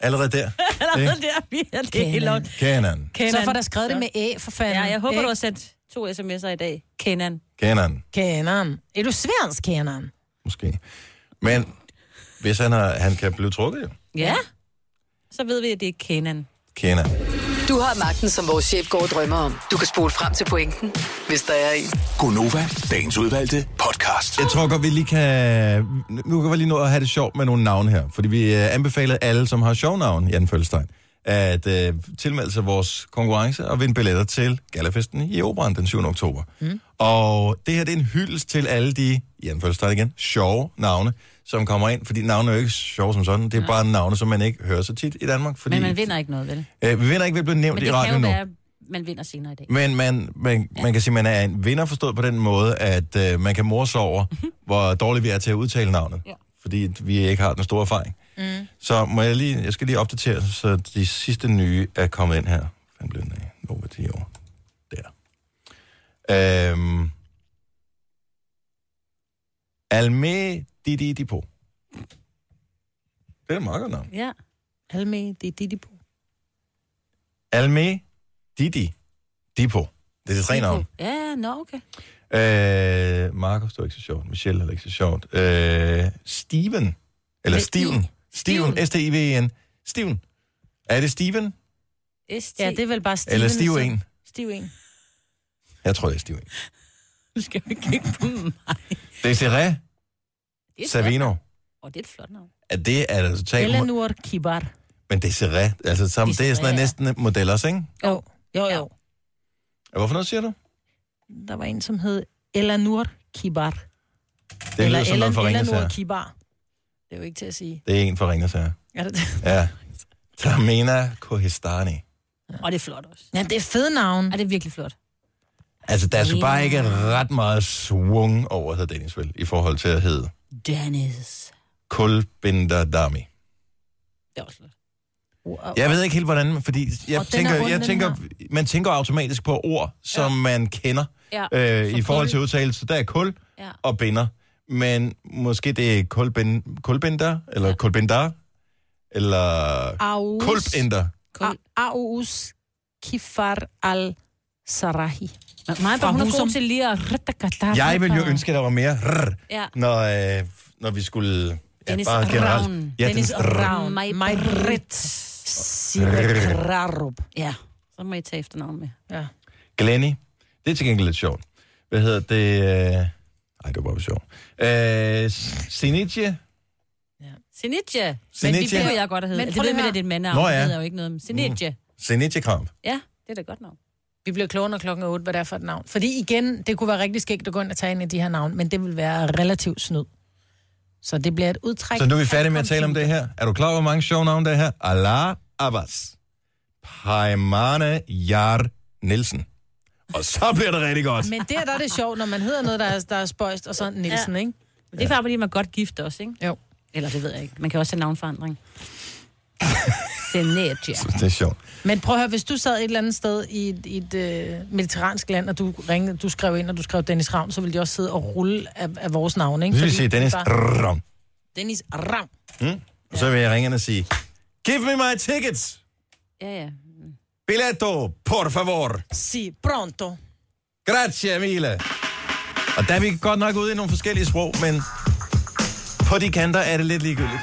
A: Allerede der.
B: Allerede der, vi er det helt op.
A: Kenan.
B: Kenan.
C: Så får der skrevet det med æ, for fanden.
B: Ja, jeg håber,
C: Ikke?
B: du har sendt to sms'er i dag. Kenan.
A: Kenan,
C: Kenan. Er du svensk, Kenan?
A: måske. Men hvis han, har, han kan blive trukket, jo.
B: Ja. Så ved vi, at det er Kenan.
A: Kenan.
F: Du har magten, som vores chef går og drømmer om. Du kan spole frem til pointen, hvis der er en.
D: Gonova, dagens udvalgte podcast.
A: Jeg tror godt, vi lige kan... Nu kan vi lige nå at have det sjovt med nogle navne her. Fordi vi øh, anbefalede alle, som har sjove navne i anfølgelsestegn, at øh, tilmelde sig vores konkurrence og vinde billetter til Gallafesten i Operan den 7. oktober. Mm. Og det her det er en hyldest til alle de, i anfølgelsestegn igen, sjove navne, som kommer ind. Fordi navne er jo ikke sjove som sådan. Det er bare navne, som man ikke hører så tit i Danmark. Fordi,
B: Men man vinder ikke noget, vel?
A: øh, vi vinder ikke ved at blive
B: Men
A: nævnt i
B: det kan
A: radioen
B: jo
A: nu.
B: være, at man vinder senere i dag.
A: Men man, man, man kan sige, man er en vinder forstået på den måde, at øh, man kan morse over, hvor dårlige vi er til at udtale navnet. Ja. Fordi vi ikke har den store erfaring.
E: Mm.
A: Så må jeg lige, jeg skal lige opdatere, så de sidste nye er kommet ind her. Hvad blev den af? Nova 10 år. Der. Øhm. Alme Didi Dipo. Det er et meget godt navn.
B: Ja.
C: Alme, det er dit, de
A: Alme Didi Dipo. Det er det tre navn.
B: Ja, nå, okay.
A: Øh, Markus, det var ikke så sjovt. Michelle er ikke så sjovt. Øh, Steven. Eller Steven. Steven. S-T-I-V-E-N. E Steven. Er det Steven?
B: ST.
C: Ja, det er vel bare Steven.
A: Eller stiv
C: så-
A: en.
C: Stiv en.
A: Jeg tror, det er Steven.
B: Du skal jo ikke kigge på mig.
A: Desiree
B: Det er et flot
A: Savino.
B: navn. Og det er et flot navn.
A: Er det er der totalt...
C: Eleanor Kibar.
A: Men desiree, altså sammen, det er sådan noget næsten model også, ikke?
C: Jo, jo, jo.
A: Ja, Hvorfor noget siger du?
C: Der var en, som hed Elanur Kibar.
A: Det lyder som noget for Ringens
C: Elanur
A: Herre.
C: Kibar. Det er jo ikke til at sige.
A: Det er en for Ringens Herre.
C: Er det det?
A: Ja. Tamina Kohistani.
B: Og det er flot også.
C: Ja, det er fede navn.
B: Ja, det er virkelig flot.
A: Altså, der er så bare ikke ret meget swung over, hedder Dennis vel, i forhold til at hedde
B: Dennis.
A: Kulbinder Dami.
B: Det er også flot.
A: Jeg ved ikke helt, hvordan, fordi jeg
B: Og den er
A: tænker,
B: rund,
A: jeg
B: den
A: tænker,
B: her.
A: man tænker automatisk på ord, som ja. man kender
B: Ja.
A: ja. øh,
B: Som
A: i forhold
B: kul.
A: til udtalelse. Der er kul
B: Ja.
A: ja. og binder, men måske det er kulbind, kulbinder, eller ja. kulbinder,
B: Ah,
A: eller
C: Aus.
A: kulbinder.
C: Cool. Aous Kifar al-Sarahi.
B: Mig,
C: Fra
B: hun er god
C: Husum.
B: til lige at... Ah,
A: Jeg ville jo ønske, at der var mere rrr,
B: Ja.
A: når, øh, når vi skulle...
B: Dennis Ravn.
A: Ja,
B: Dennis
A: Dennis Ravn.
B: Ravn.
C: Mig,
B: Maj
C: Britt. Sirakrarup.
B: Ja, så må I tage efternavn med.
C: Ja.
A: Glenny. Det er til gengæld lidt sjovt. Hvad hedder det? Øh... Ej, det var bare sjovt. Øh, Siniche.
B: Sinidje. Men vi
A: Sinidje.
B: ved jeg godt at hedde.
C: Men
B: Men, det
C: prøv
B: ved
C: lige
B: vi
C: at høre.
B: da, det er et
A: Nå,
B: mandenavn.
A: ja. Mm.
B: Det hedder jo ikke noget om Sinidje.
A: Siniche Kramp.
B: Ja, det er da godt navn.
C: Vi blev klogere, når klokken er 8, hvad det er for et navn. Fordi igen, det kunne være rigtig skægt at gå ind og tage en af de her navn, men det vil være relativt snyd. Så det bliver et udtræk.
A: Så nu er vi færdige med at tale om det her. Er du klar over, hvor mange sjove navne der er her? Allah Abbas. Paimane Jar Nielsen. Og så bliver det rigtig godt.
C: Men der, der er det sjovt, når man hedder noget, der er, der er spøjst og sådan Nielsen,
B: Ja.
C: ja. ikke?
B: Men det er bare, fordi man er godt gift også, ikke?
C: Jo.
B: Eller det ved jeg ikke. Man kan også have navnforandring. Sinidje.
A: Det er sjovt.
C: Men prøv at høre, hvis du sad et eller andet sted i et, i et øh, mediterransk land, og du, ringede, du skrev ind, og du skrev Dennis Ravn, så ville de også sidde og rulle af, af vores navn, ikke?
A: Nu vil jeg
C: Fordi
A: sige
C: det er
A: Dennis
C: bare-
A: Ravn.
C: Dennis Ravn.
A: Mm? Og så vil jeg ringe ind og sige, Give me my tickets!
B: Ja, ja.
A: Billetto, por favor!
C: Si pronto.
A: Grazie, Emile. Og der er vi godt nok ude i nogle forskellige sprog, men på de kanter er det lidt ligegyldigt.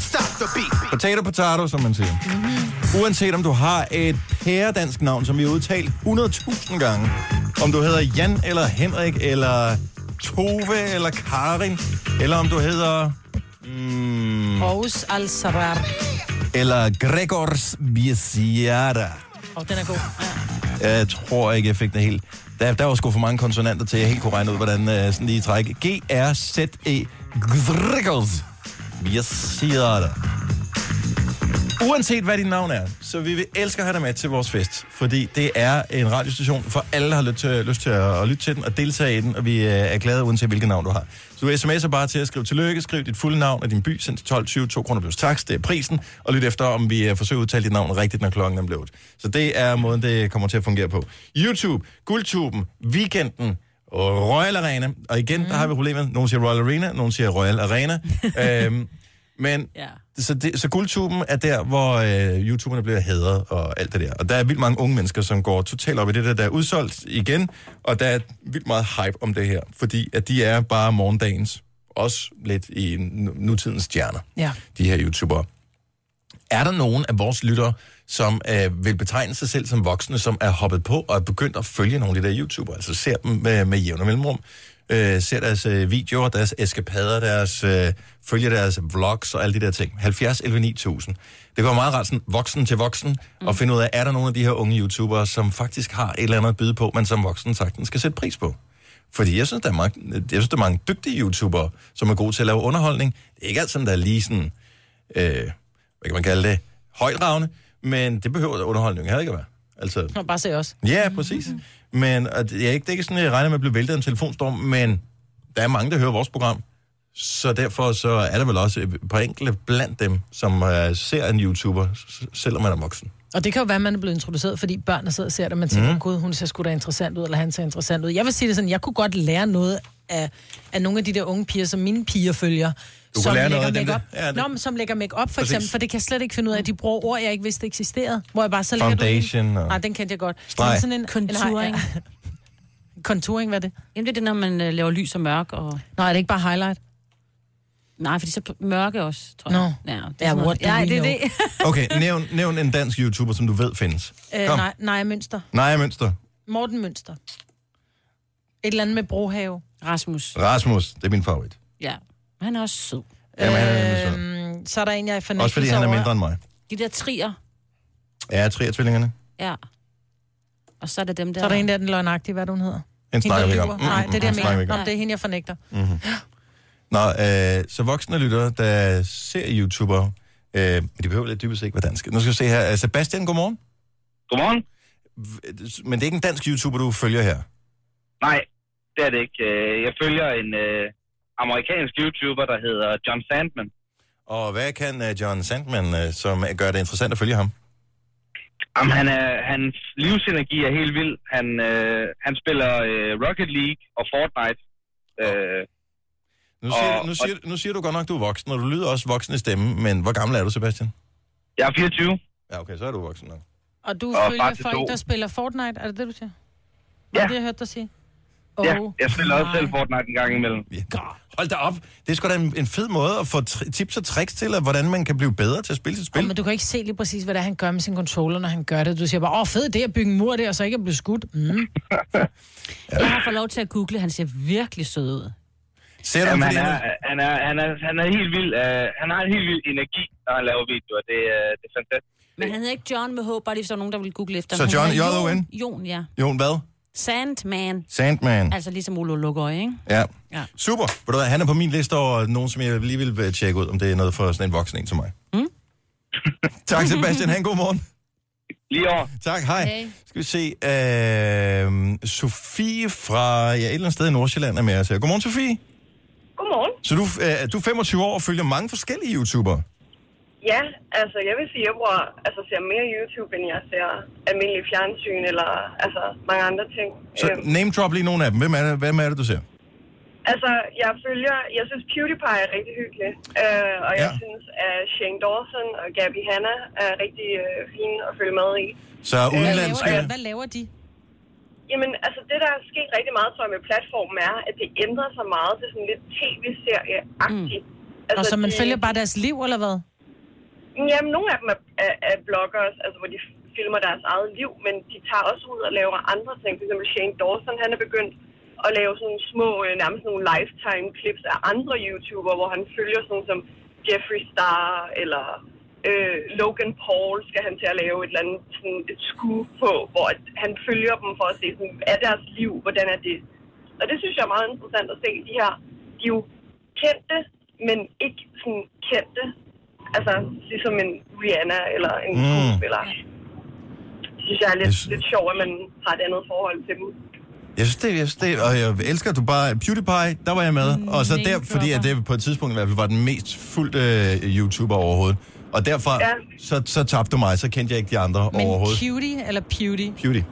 A: Stop the beat. Potato, potato, som man siger. Mm-hmm. Uanset om du har et pæredansk navn, som vi har udtalt 100.000 gange, om du hedder Jan eller Henrik eller Tove eller Karin, eller om du hedder Mm.
C: Aarhus Al-Sarar.
A: eller Gregors Bisiara.
C: Og den er god.
A: Jeg tror ikke, jeg fik det helt. Der, der var sgu for mange konsonanter til, at jeg helt kunne regne ud, hvordan uh, sådan lige i træk. G-R-Z-E. Grrrgles. Jeg siger det. Uanset hvad dit navn er, så vi vil elske at have dig med til vores fest. Fordi det er en radiostation, for alle har lyst til, lyst til at, at lytte til den og deltage i den, og vi øh, er glade uanset hvilket navn du har. Så du sms'er bare til at skrive tillykke, skriv dit fulde navn og din by, send til 12.20, 2 kroner plus tax, det er prisen, og lyt efter, om vi øh, forsøger at udtale dit navn rigtigt, når klokken er blevet. Så det er måden, det kommer til at fungere på. YouTube, Guldtuben, Weekenden, og Royal Arena, og igen, mm. der har vi problemet. Nogen siger Royal Arena, nogen siger Royal Arena. øhm, men
B: Ja.
A: så, det, så guldtuben er der, hvor øh, YouTuberne bliver hædret og alt det der. Og der er vildt mange unge mennesker, som går totalt op i det der, der er udsolgt igen. Og der er vildt meget hype om det her, fordi at de er bare morgendagens, også lidt i nu- nutidens stjerner,
C: Ja.
A: de her YouTubere. Er der nogen af vores lyttere, som øh, vil betegne sig selv som voksne, som er hoppet på og er begyndt at følge nogle af de der YouTubere, altså ser dem med, med jævne mellemrum, øh, ser deres øh, videoer, deres eskapader, deres, øh, følger deres vlogs og alle de der ting. 70 11 9000. Det kan være meget rart sådan voksen til voksen mm. og finde ud af, er der nogle af de her unge YouTubere, som faktisk har et eller andet at byde på, man som voksen sagtens skal sætte pris på. Fordi jeg synes, der er mange, jeg synes, der er mange dygtige YouTubere, som er gode til at lave underholdning. Det er ikke alt sammen, der er lige sådan... Øh, hvad kan man kalde det, højdragende, men det behøver underholdning heller ikke at være. Altså,
C: Nå, bare se os.
A: ja, præcis. Men og det, er ikke, det er ikke sådan, at jeg regner med at blive væltet af en telefonstorm, men der er mange, der hører vores program, så derfor så er der vel også et par enkelte blandt dem, som uh, ser en YouTuber, s- selvom man er voksen.
C: Og det kan jo være, at man er blevet introduceret, fordi børn der sidder og ser det, og man
A: Mhm.
C: tænker, mm. gud, hun ser sgu da interessant ud, eller han ser interessant ud. Jeg vil sige det sådan, jeg kunne godt lære noget af, af nogle af de der unge piger, som mine piger følger.
A: kunne
C: som
A: lære
C: lægger
A: noget af dem
C: makeup.
A: der. Ja, det-
C: Nå, men som lægger make op for
A: Præcis.
C: eksempel, for det kan jeg slet ikke finde ud af, at de bruger ord, jeg ikke vidste eksisterede. Hvor jeg bare så lægger
A: Foundation
C: Du...
A: og-
C: Nej, den kendte jeg godt.
A: Streg.
C: Men en,
B: Contouring.
C: En, contouring, hvad er det?
B: Jamen, det er det, når man øh, laver lys og mørk. Og...
C: Nej, er det ikke bare highlight?
B: Nej, fordi så mørke også, tror jeg.
C: Nå.
B: Ja, det er
C: Ja,
B: sådan noget.
C: what do
B: ja,
C: we
B: det er
C: know?
B: det.
A: Okay, nævn, nævn en dansk YouTuber, som du ved findes.
C: Øh,
A: Kom.
C: nej, nej, Mønster.
A: Nej, Mønster.
C: Morten Mønster. Et eller andet med Brohave.
B: Rasmus.
A: Rasmus, det er min favorit.
B: Ja, han er også sød.
A: Jamen, han er nemlig sød.
C: Øhm, øhm, så er der en, jeg er i fornægtelse
A: Også fordi han er
C: over.
A: mindre end mig.
B: De der trier.
A: Ja, tre af tvillingerne.
B: Ja. Og så er der dem der...
C: Så er der en, der er den løgnagtige, hvad er det, hun hedder.
A: Den
C: Hende,
A: snakker
C: der
A: vi ikke om.
C: lyver.
A: Mm,
C: Nej,
A: mm,
C: det er det,
A: mm, den
C: jeg
A: snakker vi
C: mener.
A: ikke om.
C: Nå, det er hende, jeg fornægter.
A: Mm-hmm. Nå, øh, så voksne lyttere, der ser YouTubere, øh, men de behøver lidt dybest set ikke være danske. Nu skal vi se her. Øh, Sebastian, godmorgen.
L: Godmorgen.
A: Men det er ikke en dansk YouTuber, du følger her.
L: Nej, det er det ikke. Øh, Jeg følger en øh, amerikansk YouTuber, der hedder John Sandman.
A: Og hvad kan øh, John Sandman, øh, som gør det interessant at følge ham?
L: Jamen, han er, hans livsenergi er helt vild. Han, øh, han spiller øh, Rocket League og Fortnite. Øh,
A: Nu siger,
L: Og-
A: nu, siger, nu siger du godt nok, du er voksen, og du lyder også voksen i stemmen, men hvor gammel er du, Sebastian?
L: Jeg er 24.
A: Ja, okay, så er du voksen nok.
C: Og du
A: Og
C: og følger
A: far til
C: folk,
A: to.
C: der spiller Fortnite, er det det, du siger? Ja. Var det, jeg hørte dig sige?
L: oh, ja, jeg spiller også selv Fortnite en gang imellem.
A: Hold da op. Det er sgu da en, en fed måde at få tri- tips og tricks til, at hvordan man kan blive bedre til at spille sit spil.
C: Oh, men du kan ikke se lige præcis, hvad det er, han gør med sin controller, når han gør det. Du siger bare, åh, fed det at bygge en mur der, og så ikke at blive skudt. Mm.
B: Jeg har fået lov til at google, han ser virkelig sød ud.
A: Ser
L: Jamen, han, er, han, er, han, er, han er helt vild. Øh, han har en helt vild energi, når han laver videoer. Det, øh, det er fantastisk.
B: Men han hedder ikke John med H, bare lige hvis der var nogen, der ville google efter
A: Så
B: ham. Han
A: John,
B: hedder
A: J-O-N?
B: Jon, ja.
A: Jon, hvad?
B: Sandman.
A: Sandman.
B: Altså ligesom Olo Lukøj, ikke?
A: Ja.
B: Ja.
A: Super. Ved du hvad, han er på min liste over nogen, som jeg lige vil øh, tjekke ud, om det er noget for sådan en voksen en til mig.
B: Mm.
A: tak, Sebastian. Han god morgen.
L: Lige over.
A: Tak, hej.
L: Hej.
A: Skal vi se. Øh, Sofie fra ja, et eller andet sted i Nordsjælland er med os her. Godmorgen, Sofie.
M: Godmorgen.
A: Så du, øh, du er 25 år og følger mange forskellige YouTubere.
M: Ja, altså jeg vil sige, jeg bruger, altså, ser mere YouTube, end jeg ser almindelig fjernsyn eller altså, mange andre ting. Øhm,
A: Så name drop lige nogle af dem. Hvem er det, hvem er det du ser?
M: Altså, jeg følger, jeg synes PewDiePie er rigtig hyggelig, øh, og jeg
A: Ja.
M: synes, at Shane Dawson og Gabby Hanna er rigtig øh, fine at følge med i.
A: Så udenlandske...
M: Hvad Øh, laver-
C: Hvad laver de?
M: Jamen, altså det, der er sket rigtig meget, tror jeg, med platformen er, at det ændrer sig meget til sådan lidt tv-serie-agtigt. Mm.
C: og så man følger bare deres liv, eller hvad?
M: Jamen, nogle af dem er, er, er bloggers, altså hvor de filmer deres eget liv, men de tager også ud og laver andre ting. For eksempel Shane Dawson, han er begyndt at lave sådan nogle små, øh, nærmest nogle lifetime-clips af andre YouTubere, hvor han følger sådan nogle som Jeffree Star eller øh, Logan Paul, skal han til at lave et eller andet sådan et skue på, hvor at han følger dem for at se, sådan, hvad er deres liv, hvordan er det? Og det synes jeg er meget interessant at se. De her, de er jo kendte, men ikke sådan kendte. Altså, ligesom en Rihanna eller en
A: Mm.
M: mm. skuespiller. Det synes jeg er lidt, lidt sjovt, at man har et andet forhold til dem.
A: Jeg synes, det, jeg synes det, og jeg elsker, at du bare... PewDiePie, der var jeg med. Og så der, fordi at det på et tidspunkt i hvert fald var den mest fulde øh, YouTuber overhovedet. Og derfra, ja.
C: Ja.
A: så, så tabte du mig, så kendte jeg ikke de andre
C: Men
A: overhovedet.
C: cutie eller pewdie?
A: Cutie.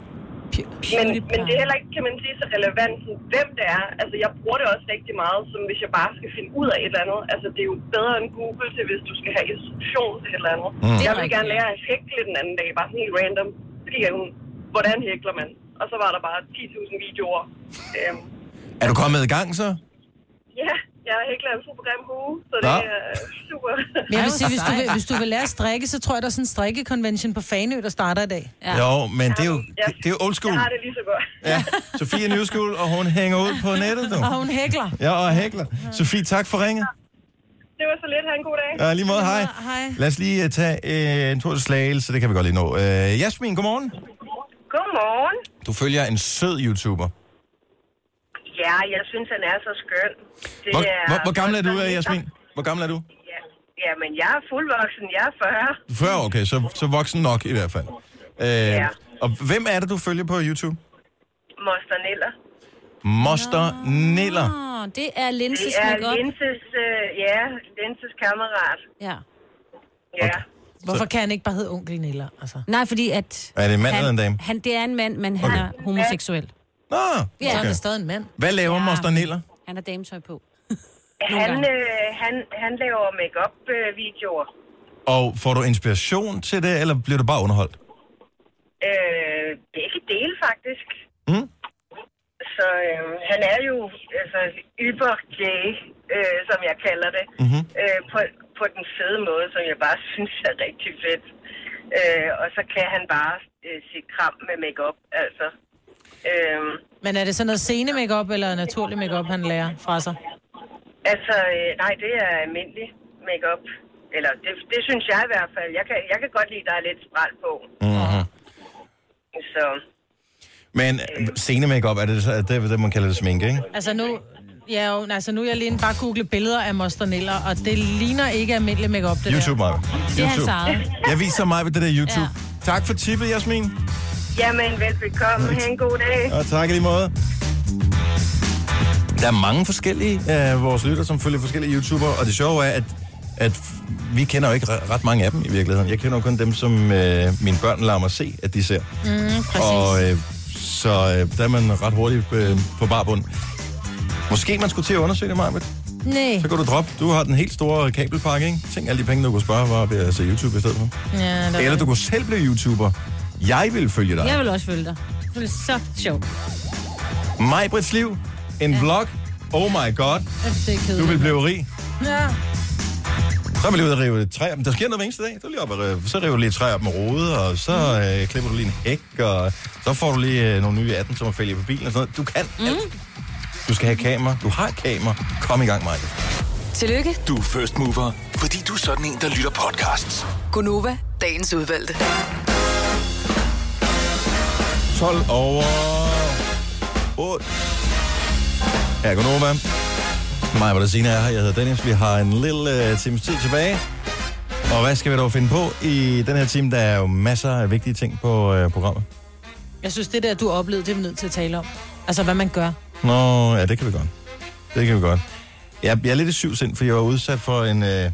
M: Men, men det er heller ikke, kan man sige, så relevant, sådan, hvem det er. Altså, jeg bruger det også rigtig meget, som hvis jeg bare skal finde ud af et eller andet. Altså, det er jo bedre end Google til, hvis du skal have instruktion til et eller andet.
A: Mm. Det
M: Mm.
A: er
M: Jeg vil
A: rigtigt.
M: gerne lære at hækle den anden dag, bare sådan helt random. Så gik jeg ud, hvordan hækler man? Og så var der bare 10.000 videoer. Øhm,
A: Er du kommet i gang så?
M: ja, jeg hækler en super grim hue, så det
A: Nå.
M: er øh, super.
C: Men jeg vil sige, hvis du vil, hvis du vil lære at strikke, så tror jeg, der er sådan en strikkekonvention på Faneø, der starter i dag.
A: Ja. Jo, men det er jo, det, det er jo old school.
M: Jeg har det lige så godt.
A: Ja. Sofie er new school, og hun hænger ud på nettet nu.
C: Og hun hækler.
A: Ja, og hækler. Sofie, tak for ringet.
M: Det var så lidt. Ha' en god dag.
A: Ja, lige måde, hej. Lad os lige øh, tage øh, en tur til Slagelse, det kan vi godt lige nå. Øh, Jasmin, godmorgen.
N: Godmorgen.
A: Du følger en sød YouTuber.
N: Ja, jeg synes, han er så skøn. Det
A: Hvor,
N: er...
A: hvor, hvor gammel er du, øh, Jasmin? Hvor gammel er du?
N: Ja, men jeg er fuldvoksen. Jeg er 40.
A: 40, okay, så, så voksen nok i hvert fald. Øh, ja. Og hvem er det, du følger på YouTube?
N: Moster Niller.
A: Moster Niller.
B: Åh, oh, det er Linses
N: Det er
B: makeup.
N: Linses, øh, ja, Linses kammerat.
B: Ja.
N: Ja.
C: Hvorfor kan han ikke bare hedde onkel Niller? Altså?
B: Nej, fordi at...
A: Er det en mand
B: han,
A: eller en dame?
B: Han, det er en mand, men han
A: Okay.
B: er homoseksuel.
A: Nå,
B: Ja, han
A: okay.
B: er stadig en mand.
A: Hvad laver ja. Moster Niller?
B: Han har dametøj på.
N: Han, øh, han, han laver øh, make-up-videoer.
A: Og får du inspiration til det, eller bliver du bare underholdt?
N: Øh, begge dele, faktisk.
A: Mm.
N: Så øh, han er jo altså, yber gay, øh, som jeg kalder det,
A: Mhm.
N: øh, på, på den fede måde, som jeg bare synes er rigtig fedt. Øh, og så kan han bare øh, sit kram med makeup, altså. Øh,
C: Men er det sådan noget scene makeup eller naturlig makeup han lærer fra sig?
N: altså, øh, nej, det er almindelig makeup. Eller det, det synes jeg i hvert fald. Jeg kan, jeg kan godt lide, at der er lidt spræl på.
A: Mm-hmm.
N: Så
A: Men scene makeup er det, så- det, er det, man kalder det sminke, ikke?
C: Altså nu... Ja, jo, altså nu er jeg lige inde bare google billeder af Moster Niller, og det ligner ikke almindelig makeup det
A: YouTube,
C: der.
A: Maja.
C: Det er hans eget.
A: Jeg viser mig ved det der YouTube. Ja. Tak for tippet, Jasmin.
N: jamen, velbekomme. Ha' en god dag.
A: Og tak i lige måde. Der er mange forskellige af vores lytter, som følger forskellige YouTubere, og det sjove er, at, at vi kender jo ikke re- ret mange af dem i virkeligheden. Jeg kender jo kun dem, som øh, mine børn lader mig se, at de ser.
E: Mm,
A: Og øh, så øh, der er man ret hurtigt øh, på barbund. Måske man skulle til at undersøge det, Marvitt.
C: Nej.
A: Så kan du droppe. Du har den helt store kabelpakke, ikke? Tænk alle de penge, du kunne spare var ved at se YouTube i stedet for.
C: Ja, det er
A: Eller
C: det.
A: du kunne selv blive YouTuber. Jeg vil følge dig.
B: Jeg vil også følge dig. Det er så sjovt.
A: Majbrits liv. En ja. vlog. Oh my god.
C: Det er kedeligt.
A: Du vil blive rig.
C: Ja.
A: Så er vi lige ude og rive et træ op. Der sker noget hver eneste dag. Du er lige op og rive. Så river du lige et træ op med rode, og så
C: Mm.
A: øh, klipper du lige en hæk, og så får du lige øh, nogle nye 18 som er fælge på bilen og sådan noget. Du kan mm. alt. Du skal have kamera. Du har et kamera. Kom i gang, Maja.
F: Tillykke,
D: Du er first mover, fordi du er sådan en, der lytter podcasts.
F: Gunova, dagens udvalgte.
A: 12 over 8. Her er Gunova. Mig, hvor der Sina er her. Jeg hedder Dennis. Vi har en lille uh, times tid tilbage. Og hvad skal vi dog finde på i den her time? Der er jo masser af vigtige ting på uh, programmet.
C: Jeg synes, det der, du oplevede, det er vi nødt til at tale om. Altså, hvad man gør.
A: Nå, ja, det kan vi godt. Det kan vi godt. Jeg, jeg er lidt i syv sind, for jeg var udsat for en... Øh,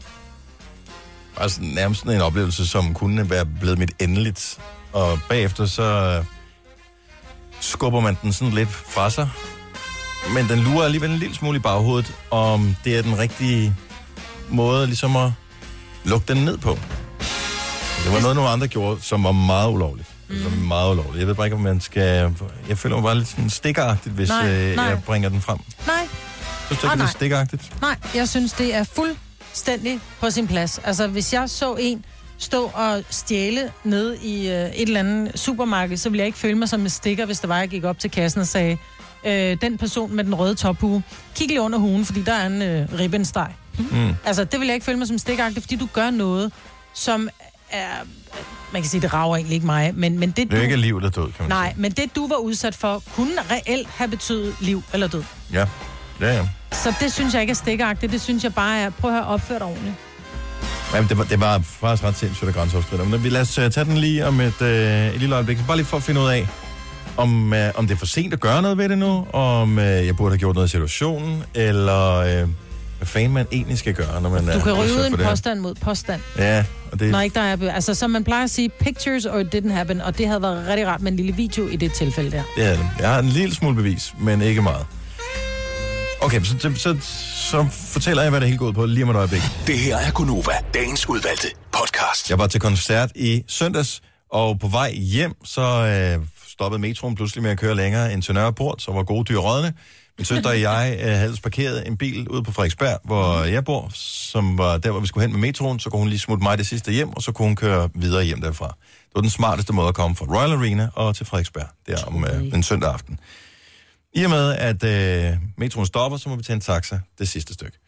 A: altså nærmest sådan en oplevelse, som kunne være blevet mit endeligt. Og bagefter så øh, skubber man den sådan lidt fra sig. Men den lurer alligevel en lille smule i baghovedet, om det er den rigtige måde ligesom at lukke den ned på. Det var noget, nogle andre gjorde, som var meget ulovligt. Mm. Som er meget ulovligt. Jeg ved bare ikke, om man skal... Jeg føler mig bare lidt sådan stikkeragtigt, hvis
C: Nej,
A: nej, øh,
C: nej.
A: jeg bringer den frem.
C: Nej,
A: Synes du ikke,
C: Ah,
A: det
C: nej.
A: er stikkeragtigt?
C: Nej, jeg synes, det er fuldstændig på sin plads. Altså, hvis jeg så en stå og stjæle ned i øh, et eller andet supermarked, så ville jeg ikke føle mig som en stikker, hvis det var, jeg gik op til kassen og sagde, øh, den person med den røde tophue, kig lige under hugen, fordi der er en øh, ribbensteg.
E: Mm.
C: Altså, det vil jeg ikke føle mig som stikagtig, fordi du gør noget, som er... Man kan sige, det rager egentlig ikke mig, men, men det,
A: Det er jo
C: du...
A: ikke liv eller død, kan man
C: Nej, men det, du var udsat for, kunne reelt have betydet liv eller død.
A: sige. Ja. Ja, ja.
C: Så det synes jeg ikke er stikagtigt. Det synes jeg bare er, prøv at høre, opført ordentligt.
A: Jamen, det, var, det var faktisk ret sindssygt og grænseoverskridende. Men vi- lad os øh, tage den lige om et, øh, et lille øjeblik. Så Bare lige for at finde ud af, om, øh, om det er for sent at gøre noget ved det nu, om øh, jeg burde have gjort noget i situationen, eller øh, hvad fanden man egentlig skal gøre, når man er...
C: Du kan ryge
A: udsat
C: ud
A: for
C: en
A: det her.
C: påstand mod påstand.
A: Ja, og det...
C: Når ikke der er, be- altså, som man plejer at sige, pictures or it didn't happen, og det havde været rigtig rart med en lille video i det tilfælde der.
A: Det er det. Jeg har en lille smule bevis, men ikke meget. Okay, så, så, så, så fortæller jeg, hvad det hele går ud på lige om et øjeblik.
D: Det her er Gunova, dagens udvalgte podcast.
A: Jeg var til koncert i søndags, og på vej hjem, så øh, stoppede metroen pludselig med at køre længere end til Nørreport, så var gode dyr rådne. Min søster og jeg øh, havde ellers parkeret en bil ude på Frederiksberg, hvor jeg bor, som var der, hvor vi skulle hen med metroen. Så kunne hun lige smutte mig det sidste hjem, og så kunne hun køre videre hjem derfra. Det var den smarteste måde at komme fra Royal Arena og til Frederiksberg, der om øh, en søndag aften. I og med, at øh, metroen stopper, så må vi tage en taxa det sidste stykke.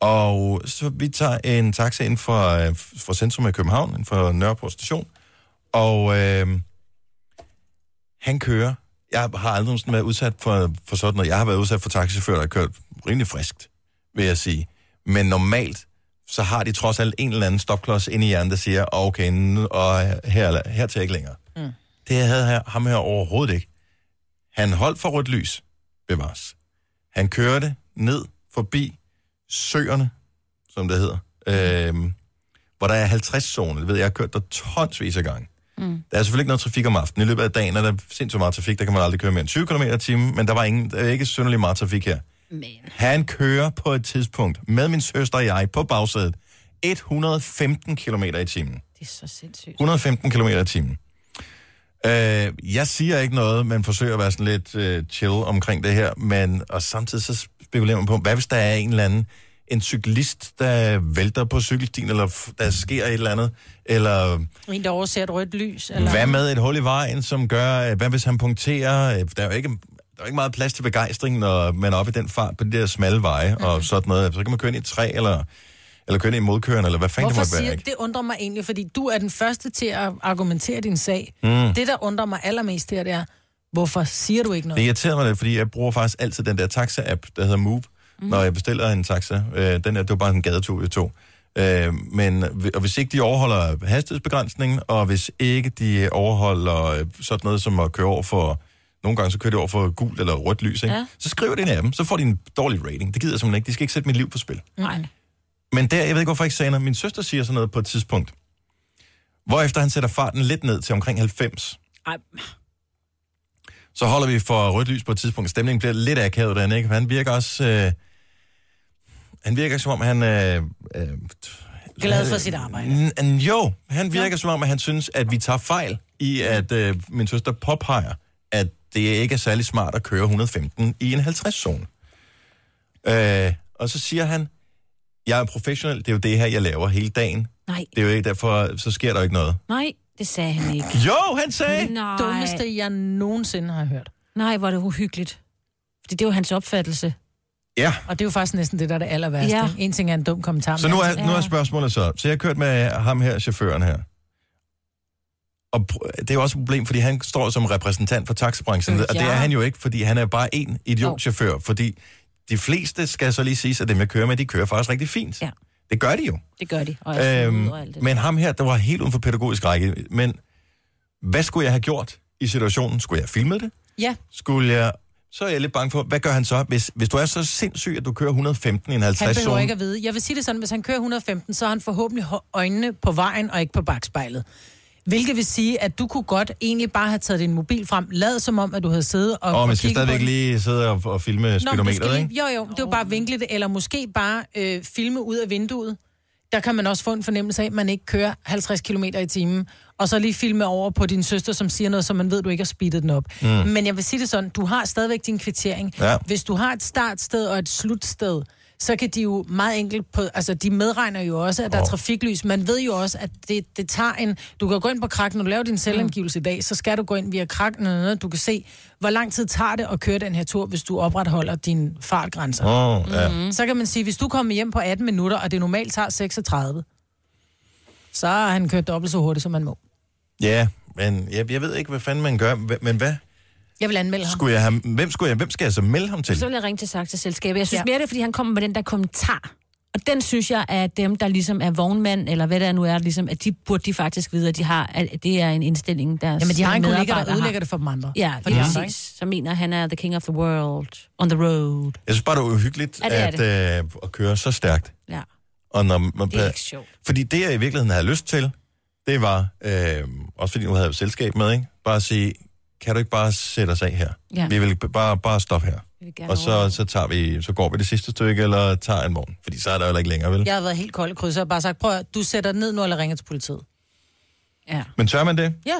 A: Og så vi tager en taxa ind fra, øh, fra centrum af København, ind fra Nørreport station, og øh, han kører. Jeg har aldrig nogensinde været udsat for, for sådan noget. Jeg har været udsat for taxichauffører, der har kørt rimelig friskt, vil jeg sige. Men normalt, så har de trods alt en eller anden stopklods inde i hjernen, der siger, "Åh, okay, nu, og her, her til ikke længere. Mm. Det havde her, ham her overhovedet ikke. Han holdt for rødt lys, bevares. Han kørte ned forbi søerne, som det hedder, øhm, hvor der er 50-zone. Det ved jeg, jeg har kørt der tonsvis af gange.
E: Mm.
A: Der er selvfølgelig ikke noget trafik om aftenen. I løbet af dagen er der sindssygt meget trafik. Der kan man aldrig køre mere end 20 km i timen, men der var ingen, der er ikke synderlig meget trafik her.
E: Men.
A: Han kører på et tidspunkt med min søster og jeg på bagsædet 115 km i timen.
B: Det er så sindssygt.
A: 115 km i timen. Øh, jeg siger ikke noget, men forsøger at være sådan lidt øh, chill omkring det her, men og samtidig så spekulerer man på, hvad hvis der er en eller anden, en cyklist, der vælter på cykelstien, eller f- der sker et eller andet, eller
C: En, der overser et rødt lys. Eller...
A: eller... Hvad med et hul i vejen, som gør, øh, hvad hvis han punkterer? Øh, Der er jo ikke, der er jo ikke meget plads til
C: Mhm.
A: begejstring, når man er oppe i den fart på de der smalle veje og sådan noget. Så kan man køre ind i et træ eller eller kørende i modkørende, eller hvad fanden det
C: Hvorfor
A: måtte
C: siger
A: være,
C: ikke?
A: ikke?
C: det undrer mig egentlig, fordi du er den første til at argumentere din sag.
A: Mm.
C: Mm. Det, der undrer mig allermest her, det er, hvorfor siger du ikke
A: Det
C: noget?
A: irriterer mig lidt, fordi jeg bruger faktisk altid den der taxa-app, der hedder Move, mm. når jeg bestiller en taxa. Øh, den er, det var bare en gadetur, jeg tog. Øh, men hvi- og hvis ikke de overholder hastighedsbegrænsningen, og hvis ikke de overholder øh, sådan noget som at køre over for... Nogle gange så kører de over for gult eller rødt lys, ikke?
B: Ja.
A: Ja. Så skriver de en af dem, så får de en dårlig rating. Det gider jeg simpelthen ikke. De skal ikke sætte mit liv på spil.
B: Nej.
A: Men der, jeg ved ikke, hvorfor jeg ikke sagde noget. Min søster siger sådan noget på et tidspunkt. Hvorefter han sætter farten lidt ned til omkring 90.
B: Ej.
A: Så holder vi for rødt lys på et tidspunkt. Stemningen bliver lidt akavet derinde, ikke? For Han virker også... Øh, han virker som om, han... Øh, øh,
C: Glad for sit arbejde.
A: N- n- jo, han virker ja. som om, at han synes, at vi tager fejl i, at øh, min søster påpeger, at det ikke er særlig smart at køre 115 i en 50-zone. Øh, og så siger han, jeg er professionel, det er jo det her, jeg laver hele dagen.
B: Nej.
A: Det er jo ikke derfor, så sker der jo ikke noget.
B: Nej, det sagde han ikke.
A: Jo, han sagde-
B: Nej.
C: Dummeste, jeg nogensinde har hørt.
B: Nej, hvor er det uhyggeligt. Fordi det var hans opfattelse.
A: Ja.
C: Og det er jo faktisk næsten det, der er det aller værste.
B: Ja.
C: Ja. En ting er en dum kommentar.
A: Så
C: men
A: nu
C: altså-
A: er, nu er spørgsmålet så. Så jeg har kørt med ham her, chaufføren her. Og pr- det er jo også et problem, fordi han står som repræsentant for taxabranchen,
O: Mm,
A: mm, og det
O: ja.
A: er han jo ikke, fordi han er bare en idiotchauffør, fordi de fleste, skal så lige siges, at dem jeg kører med, de kører faktisk rigtig fint.
B: Ja.
A: Det gør de jo.
B: Det gør de. Og jeg
A: Øhm,
B: øhm, alt det.
A: men ham her, der var helt uden for pædagogisk række, men hvad skulle jeg have gjort i situationen? Skulle jeg have filmet det?
C: Ja.
A: Skulle jeg... Så er jeg lidt bange for, hvad gør han så, hvis, hvis du er så sindssyg, at du kører 115 i en 50
C: Han behøver
A: zone?
C: ikke at vide. Jeg vil sige det sådan, hvis han kører 115, så har han forhåbentlig ho- øjnene på vejen og ikke på bagspejlet. Hvilket vil sige, at du kunne godt egentlig bare have taget din mobil frem, lavet som om, at du havde siddet og,
A: Og, og man skal
C: kigget på
A: stadigvæk
C: den.
A: lige sidde og, og filme
C: Nå, men du skal
A: speedometeret,
C: lige-
A: ikke?
C: Jo, jo, det er jo bare at vinkle det, eller måske bare øh, filme ud af vinduet. Der kan man også få en fornemmelse af, at man ikke kører 50 km i timen. Og så lige filme over på din søster, som siger noget, som man ved, du ikke har speedet den op.
E: Mm.
C: Mm. Men jeg vil sige det sådan, du har stadigvæk din kvittering.
E: Ja.
C: Hvis du har et startsted og et slutsted, så kan de jo meget enkelt på... Altså, de medregner jo også, at der er trafiklys. Man ved jo også, at det, det tager en... Du kan gå ind på krak, når du laver
A: Mm.
C: din selvangivelse i dag, så skal du gå ind via krak, noget, noget, du kan se, hvor lang tid tager det at køre den her tur, hvis du opretholder dine fartgrænser. Mm.
A: Åh, ja. Mhm.
C: Så kan man sige, hvis du kommer hjem på 18 minutter, og det normalt tager 36, så har han kørt dobbelt så hurtigt, som man må.
A: Ja, men jeg, jeg ved ikke, hvad fanden man gør. Hva- Men hvad
C: Jeg vil anmelde ham.
A: skulle jeg have, hvem, skulle jeg, hvem skal jeg så melde ham til?
B: Så vil jeg ringe til taxaselskabet. Jeg synes ja. mere, det er, fordi han kommer med den der kommentar. Og den synes jeg, at dem, der ligesom er vognmand, eller hvad der nu er, ligesom, at de burde de faktisk vide, at, de har, at det er en indstilling, der
C: Jamen, de har en kollega, der ødelægger det for dem andre.
B: Ja,
C: For
B: lige
C: de
B: præcis.
C: andre,
B: Andre, så mener han er the king of the world, on the road.
A: Jeg synes bare, det er uhyggeligt
B: Ja, det er
A: at, øh, at køre så stærkt.
B: Ja.
A: Og når man,
B: Det er ikke sjovt.
A: Fordi det, jeg i virkeligheden havde lyst til, det var, øh, også fordi nu havde jeg selskab med, ikke? bare at sige, kan du ikke bare sætte os af her?
B: Ja.
A: Vi vil b- bare, bare stoppe her.
B: vil gerne
A: Og så, så, tager vi, så går vi det sidste stykke, eller tager en vogn. Fordi så er der jo heller ikke længere, vel?
C: Jeg har været helt kold i krydser og bare sagt, prøv at høre, du sætter den ned nu, eller ringer til politiet. Ja.
A: Men tør man det?
C: Ja.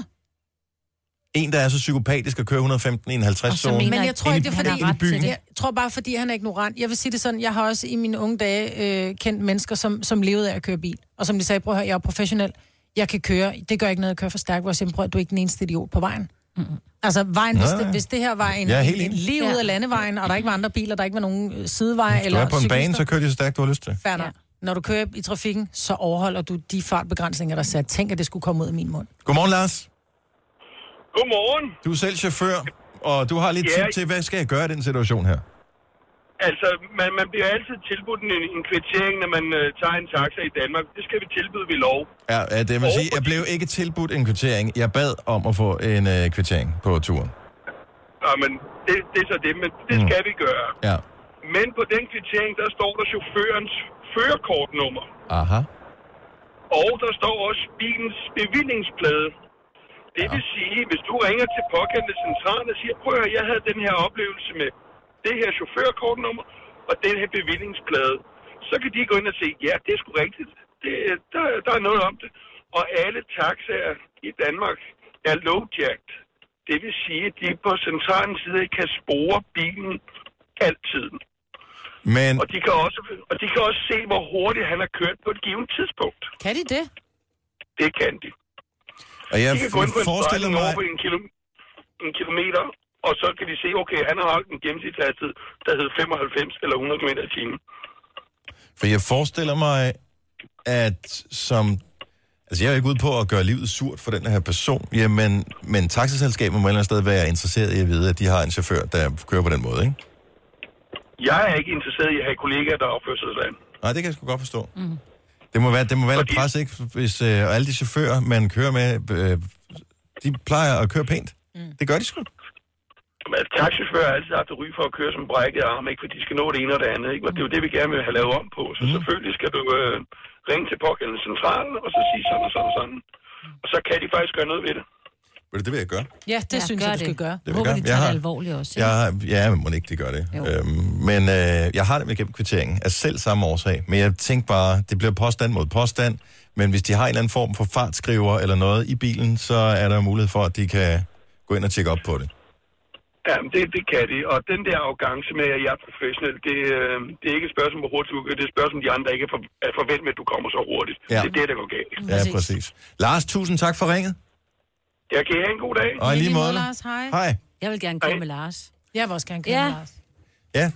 A: En, der er så psykopatisk at køre 115 i en 50-zone.
C: Men jeg tror, ikke, det er fordi,
A: i byen.
C: jeg tror bare, fordi han er ignorant. Jeg vil sige det sådan, jeg har også i mine unge dage øh, kendt mennesker, som, som levede af at køre bil. Og som de sagde, prøv at høre, jeg er professionel. Jeg kan køre. Det gør ikke noget at køre for stærkt, hvor jeg siger, prøv at du er ikke den eneste idiot på vejen. Mm-hmm. Altså, vejen, hvis,
A: Nej.
C: det, hvis det her var en,
A: Jeg er
C: en,
A: helt
C: en
A: enig.
C: lige ud af landevejen, og der ikke var andre biler, der ikke var nogen øh, sidevej
A: Eller du
C: eller
A: er på en bane,
C: cyklister.
A: så kører de så stærkt, du har lyst til.
C: Færdig. Ja. Når du kører i trafikken, så overholder du de fartbegrænsninger, der er sat. Tænk, at det skulle komme ud af min mund.
A: Godmorgen, Lars.
P: Godmorgen.
A: Du er selv chauffør, og du har lidt
P: Ja.
A: tip til, hvad skal jeg gøre i den situation her?
P: Altså, man, man bliver altid tilbudt en, en kvittering, når man øh, tager en taxa i Danmark. Det skal vi tilbyde ved lov.
A: Ja, ja, det vil sige, jeg blev ikke tilbudt en kvittering. Jeg bad om at få en øh, kvittering på turen.
P: Ja, men det, det er så det, men det skal vi gøre.
A: Ja.
P: Men på den kvittering, der står der chaufførens førerkortnummer.
A: Aha.
P: Og der står også bilens bevillingsplade. Det vil sige, hvis du ringer til pågældende centralen og siger, prøv at høre, jeg havde den her oplevelse med det her chaufførkortnummer og den her bevillingsplade, så kan de gå ind og se, ja, det er sgu rigtigt. Det, der, der er noget om det. Og alle taxaer i Danmark er lowjacked. Det vil sige, at de på centralens side kan spore bilen altid.
A: Men...
P: Og de, kan også, og de kan også se, hvor hurtigt han har kørt på et givet tidspunkt.
C: Kan de det?
P: Det kan de.
A: Og jeg
P: de kan gå ind på en
A: forestiller mig...
P: strækning over på en, kilo, en kilometer, og så kan de se, okay, han har holdt en gennemsnitshastighed, der hed 95 eller 100 km i timen.
A: For jeg forestiller mig, at som... Altså, jeg er jo ikke ude på at gøre livet surt for den her person, jamen, men taxaselskaber må et eller andet sted være interesseret i at vide, at de har en chauffør, der kører på den måde, ikke?
P: Jeg er ikke interesseret i at have kollegaer, der opfører sig sådan.
A: Nej, det kan jeg sgu godt forstå. Mm. Det må være, det må være lidt pres, ikke? Hvis øh, og alle de chauffører, man kører med, øh, de plejer at køre pænt. Mm. Det gør de sgu.
P: Men altså, taxichauffører har altid haft et ry for at køre som brækket arm, ikke? For de skal nå det ene og det andet, ikke? Og det er jo det, vi gerne vil have lavet om på.
A: Mhm.
P: Så mm. selvfølgelig skal du øh, ringe til pågældende centralen, og så sige sådan og sådan og sådan. Og så kan de faktisk gøre noget ved det.
A: Men det vil jeg gøre.
C: Ja, det ja, synes jeg, du skal gøre.
A: vil
C: Det
A: jeg
C: Håber,
A: gøre.
C: de
A: Jeg
C: tager det
A: har-
C: alvorligt også.
A: Jeg, har- ja, men må ikke det gør det. Øhm, men øh, jeg har det med gennem kvitteringen af selv samme årsag. Men jeg tænkte bare, det bliver påstand mod påstand. Men hvis de har en eller anden form for fartskriver eller noget i bilen, så er der mulighed for, at de kan gå ind og tjekke op på det.
P: Ja, men det, det kan de. Og den der arrogance med, at jeg er professionel, det, øh, det er ikke et spørgsmål, hvor hurtigt du kan. Det er et spørgsmål, om de andre ikke er, for, er forventet, at du kommer så hurtigt.
A: Ja.
P: Ja. Det er det, der går galt.
A: Ja, præcis. Lars, tusind tak for ringet.
P: Jeg kan I have en god dag.
A: Og i lige måde.
C: Lars, hej.
A: Hej.
B: Jeg vil gerne køre med Lars.
C: Jeg vil også gerne køre
B: Ja.
C: med Lars.
A: Ja.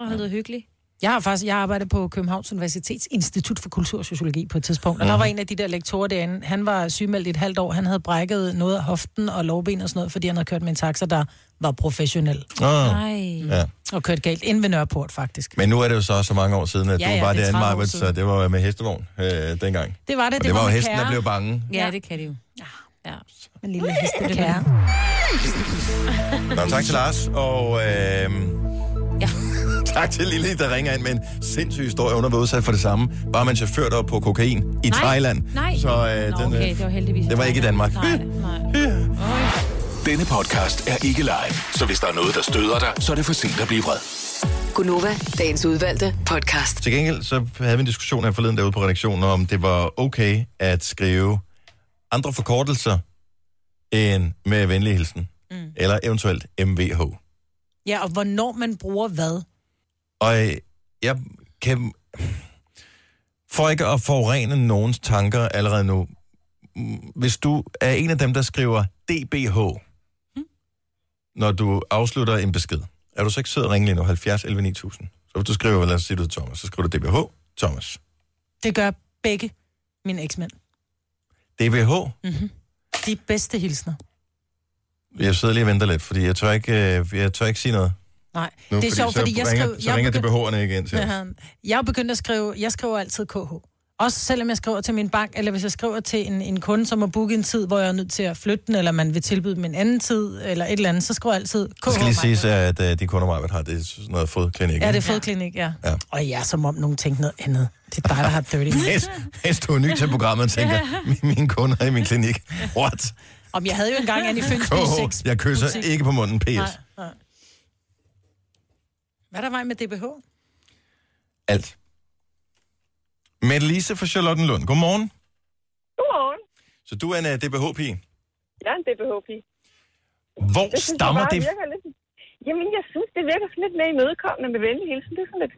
B: Og han lyder hyggelig.
C: Jeg har faktisk, jeg arbejder på Københavns Universitets Institut for Kultur og Sociologi på et tidspunkt, og der
B: Mhm.
C: var en af de der lektorer derinde, han var sygemeldt i et halvt år, han havde brækket noget af hoften og lårben og sådan noget, fordi han havde kørt med en taxa, der var professionel.
A: Åh.
C: Nej.
A: Ja.
C: Og kørt galt, inden ved Nørreport faktisk.
A: Men nu er det jo så så mange år siden, at
C: Ja,
A: ja, du
C: ja,
A: var
C: det er
A: derinde,
C: 30 år
A: Marvitt,
C: siden.
A: så det var med hestevogn øh, dengang.
C: Det var det,
A: Og
C: det
A: det, var,
C: var
A: jo
C: med
A: hesten, der
C: kære.
A: blev bange.
B: Ja, det kan det jo. Ja.
C: Men lille hest, det er
A: Nå, men tak til Lars, og øh, ja. tak til Lille, der ringer ind med en sindssyg historie. Hun har været udsat for det samme. Bare man chauffør der var på kokain i
B: Nej,
A: Thailand.
B: nej.
A: Så øh,
B: Nå,
A: den,
B: okay, det var heldigvis i
A: Det var ikke i Danmark.
B: Nej, nej.
D: Denne podcast er ikke live, så hvis der er noget, der støder dig, så er det for sent at blive vred.
F: Gunova, dagens udvalgte podcast.
A: Til gengæld så havde vi en diskussion her forleden derude på redaktionen, om det var okay at skrive andre forkortelser end med venlig hilsen. Mm. Eller eventuelt MVH.
C: Ja, og hvornår man bruger hvad?
A: Og øh, jeg kan... For ikke at forurene nogens tanker allerede nu, mm, hvis du er en af dem, der skriver DBH, mm.
C: Hmm?
A: når du afslutter en besked, er du så ikke sød at ringe lige nu 70 11 9000? Så hvis du skriver, lad os sige, du hedder Thomas, så skriver du DBH, Thomas.
C: Det gør begge mine eksmænd.
A: DBH,
C: Mm-hmm. De bedste hilsner.
A: jeg sidder lige og venter lidt, fordi jeg tør ikke, øh, jeg tør ikke sige noget.
C: Nej,
A: Nu,
C: det er sjovt,
A: så
C: fordi jeg
A: ringer,
C: skriver...
A: Så
C: jeg
A: ringer
C: begynder-
A: DBH'erne ikke ind til os.
C: Ja. Jeg er begyndt at skrive, jeg skriver altid KH. Også selvom jeg skriver til min bank, eller hvis jeg skriver til en, en kunde, som har booket en tid, hvor jeg er nødt til at flytte den, eller man vil tilbyde dem en anden tid, eller et eller andet, så skriver jeg altid KH.
A: Det skal lige siges, at øh, de kunder, mig har, det er sådan noget fodklinik.
C: Ja, det er
A: ikke?
C: fodklinik, ja.
A: Ja.
C: Og ja, som om nogen tænkte noget andet. Det er dig, der har dirty.
A: Hvis, hvis du er ny til programmet og tænker, mine kunder i min klinik, what?
C: Om jeg havde jo engang Annie Fønsby
A: KH,
C: 6.
A: jeg kysser ikke på munden,
C: Nej,
A: PS.
C: nej. Hvad er der vej med DBH?
A: Alt. Mette Lise fra Charlottenlund, godmorgen.
O: Godmorgen.
A: Så du er en uh, DBH-pige.
O: Jeg er en DBHP.
A: Hvor
O: Jeg synes,
A: stammer
O: det, bare
A: det?
O: Virker lidt... Jamen, jeg synes, det virker sådan lidt mere imødekommende med venlig hilsen. Det er sådan lidt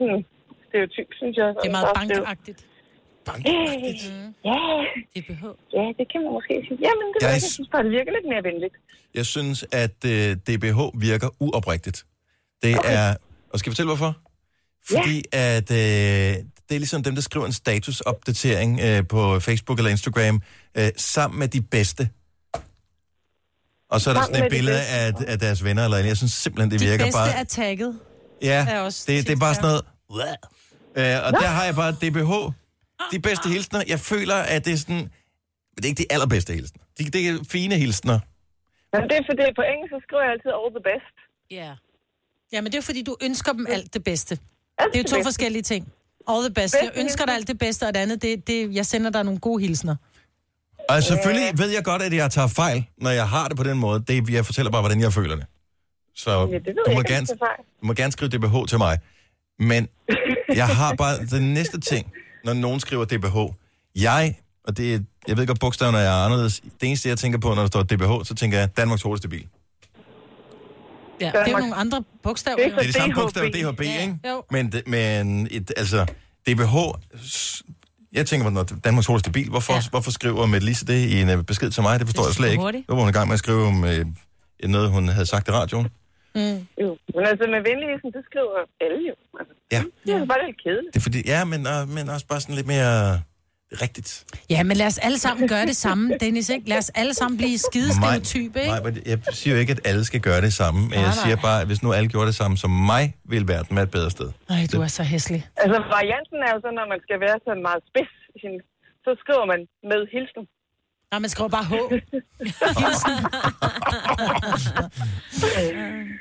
O: hmm, stereotyp, synes jeg.
C: Det er meget bankagtigt.
O: Bankagtigt? Ja.
C: DBH.
O: Ja, det kan man måske sige. Jamen, det
A: Jeg
O: jeg,
A: s-
O: jeg synes bare, det virker lidt mere venligt.
A: Jeg synes, at uh, DBH virker uoprigtigt. Det okay. er... Og skal jeg fortælle, hvorfor? Fordi at øh, det er ligesom dem, der skriver en statusopdatering øh, på Facebook eller Instagram, øh, sammen med de bedste. Og så er der
C: Sammen
A: sådan et
C: med de
A: billede
C: bedste.
A: af, af deres venner eller andet. Jeg synes simpelthen, det
C: De
A: virker
C: bedste
A: bare...
C: er tagget.
A: Ja,
C: er også
A: det, det er
C: tit,
A: bare
C: ja.
A: sådan noget... Øh, og der har jeg bare DBH. De bedste hilsner. Jeg føler, at det er sådan... Det er ikke de allerbedste hilsner. Det, det er fine hilsner.
O: Men det er fordi, på engelsk, så skriver jeg altid all the best.
C: Ja. Ja, men det er fordi, du ønsker dem alt det bedste. det er jo
O: det
C: to
O: bedste.
C: forskellige ting. All the best. Jeg
O: Bedste
C: ønsker dig alt det bedste, og det andet, det, det, jeg sender dig nogle gode hilsner.
A: Og selvfølgelig ved jeg godt, at jeg tager fejl, når jeg har det på den måde. Det, jeg fortæller bare, hvordan jeg føler det. Så
O: Ja, det ved
A: du,
O: jeg
A: må
O: ikke,
A: gerne,
O: om det er fejl.
A: du må gerne skrive DBH til mig. Men jeg har bare den næste ting, når nogen skriver DBH. Jeg, og det, er- jeg ved godt, bogstaverne er anderledes. Det eneste, jeg tænker på, når der står DBH, så tænker jeg Danmarks hurtigste bil.
C: Ja, det er jo nogle andre bogstaver.
A: Det er de samme bogstaver, DHB, ikke?
C: Jo.
A: Men, det- men et, altså, DBH... s- Jeg tænker, når Danmarks hurtigste bil, hvorfor, ja. hvorfor skriver Mette Lise det i en øh, besked til mig? Det forstår
C: Det er
A: jeg slet ikke.
C: superhurtigt.
A: Nu var hun i gang med at skrive om øh, noget, hun havde sagt i radioen.
O: Mm. Jo. Men altså med venlig hilsen, det skriver alle jo. Altså,
A: Ja.
O: Det er bare lidt kedeligt.
A: Det er fordi, ja, men, og, men også bare sådan lidt mere rigtigt.
C: Ja, men lad os alle sammen gøre det samme, Dennis, ikke? Lad os alle sammen blive skidestereotype, ikke?
A: Nej, men jeg siger jo ikke, at alle skal gøre det samme, men jeg
C: nej.
A: siger bare, at hvis nu alle gjorde det samme som mig, ville verden være et bedre sted.
C: Nej, du er så hæslig.
O: Altså varianten er jo så, når man skal være sådan meget spids, i sin- så skriver man med hilsen.
C: Nej, man skriver bare H.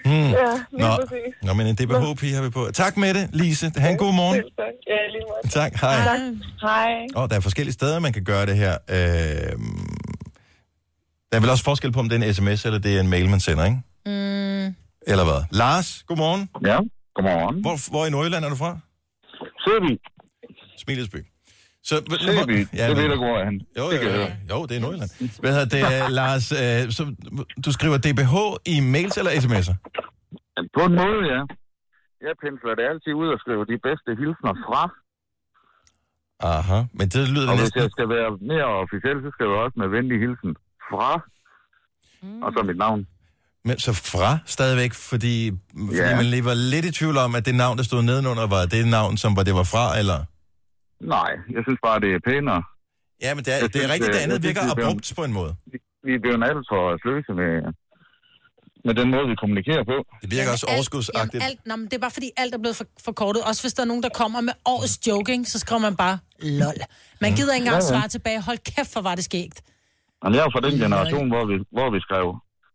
A: Hmm.
O: Ja, lige
A: Nå.
O: præcis.
A: Nå, men en DBH-pige har vi på. Tak med det, Lise. Ha' en god morgen.
O: Tak. Ja, lige meget.
A: Tak, hej.
O: Tak. Hej.
A: Og der er forskellige steder, man kan gøre det her. Øh, der er vel også forskel på, om det er en sms eller det er en mail, man sender, ikke?
C: Mm.
A: Eller hvad? Lars, godmorgen.
Q: Ja, godmorgen.
A: Hvor, hvor i Nordjylland er du fra?
Q: Søby.
A: Smilesby. Så,
Q: Søby. Du ved da, hvor er han.
A: Jo,
Q: Det
A: jo,
Q: kan jeg
A: jo,
Q: høre.
A: jo, det er Nordjylland. Hvad hedder det, Lars? Øh, så, du skriver DBH i mails eller sms'er?
Q: På en måde, ja. Jeg pensler det altid ud og skriver de bedste hilsner fra.
A: Aha, men det lyder
Q: Og
A: det
Q: hvis
A: næsten...
Q: jeg skal være mere officiel, så skriver jeg også med venlig hilsen fra. Og så mit navn.
A: Men så fra stadigvæk, fordi, fordi
Q: Ja.
A: man lige var lidt i tvivl om, at det navn, der stod nedenunder, var det navn, som var, det var fra, eller?
Q: Nej, jeg synes bare, det er pænere.
A: Ja, men det er, det er rigtigt, det andet virker abrupt på en måde.
Q: Vi er blevet alt for sløse med, med den måde, vi kommunikerer på.
A: Det virker også overskudsagtigt.
C: Alt, nå, men det er bare fordi, alt er blevet for, forkortet. Også hvis der er nogen, der kommer med årets joking, så skriver man bare lol. Man gider ikke
Q: Ja,
C: engang
Q: ja.
C: svare tilbage. Hold kæft, hvor var det skægt.
Q: Jamen, jeg er jo fra den generation, hvor vi, hvor vi skrev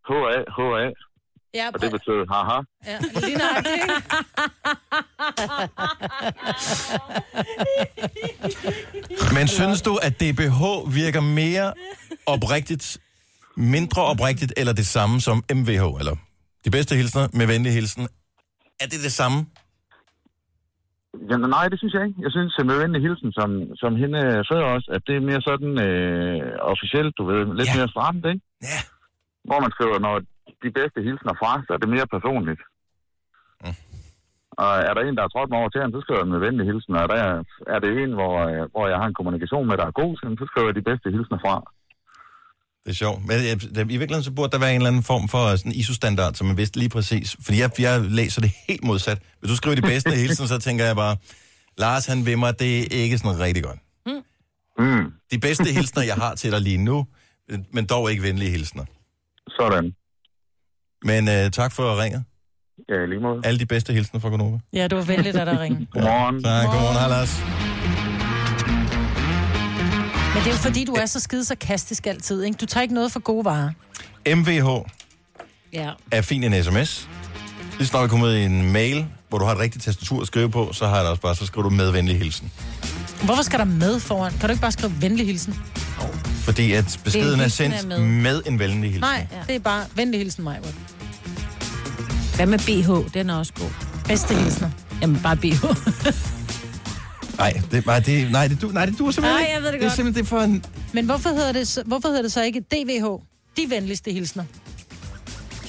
Q: HA, HA,
C: Ja,
Q: og det betød haha.
C: ja lige nøjagtigt. ikke?
A: Men synes du, at DBH virker mere oprigtigt, mindre oprigtigt, eller det samme som MVH? Eller de bedste hilsner med venlig hilsen. Er det det samme?
Q: Jamen, nej, det synes jeg ikke. Jeg synes, at med venlig hilsen, som, som hende øh, før os, at det er mere sådan øh, officielt, du ved, lidt ja. mere stramt, ikke? Ja. Hvor man skriver, når de bedste hilsner fra, så er det mere personligt. Mm. Og er der en, der er trådt mig over til så skriver jeg med venlig hilsen. Og er der, er det en, hvor, øh, hvor jeg har en kommunikation med, der er god, så skriver jeg de bedste hilsner fra.
A: Det er sjovt. Men øh, der- i virkeligheden så burde der være en eller anden form for øh, sådan ISO-standard, som man vidste lige præcis. Fordi jeg, jeg læser det helt modsat. Hvis du skriver de bedste hilsen, så tænker jeg bare, Lars han vimmer, det er ikke sådan rigtig godt.
Q: Mm.
A: De bedste hilsner, jeg har til dig lige nu, øh, men dog ikke venlige hilsner.
Q: Sådan.
A: Men øh, tak for ringet.
Q: Ja, lige måde.
A: Alle de bedste hilsner fra Konoba.
C: Ja, det var venligt af dig at ringe.
Q: Godmorgen.
A: Tak, godmorgen. Hej, Lars.
C: Men det er jo fordi, du er så skide sarkastisk altid, ikke? Du tager ikke noget for gode varer.
A: MVH
C: Ja.
A: er fint i en sms. Lige snart vi kommer ud i en mail, hvor du har et rigtigt tastatur at skrive på, så har jeg det også bare, så skriver du med venlig hilsen.
C: Hvorfor skal der med foran? Kan du ikke bare skrive venlig hilsen? hilsen
A: Fordi at beskeden er
C: hilsen er
A: sendt
C: med.
A: med. med en venlig hilsen.
C: Nej, ja. det er bare venlig hilsen mig.
B: Hvad med BH? Den er også god.
C: Bedste hilsner.
B: Jamen, bare BH.
A: Nej, det, nej, det, nej, det, du, nej, det duer simpelthen
C: Nej,
A: ikke.
C: jeg ved det godt.
A: Det er simpelthen det er for en...
C: Men hvorfor hedder det, så- hvorfor hedder det så ikke DVH? De venligste hilsner.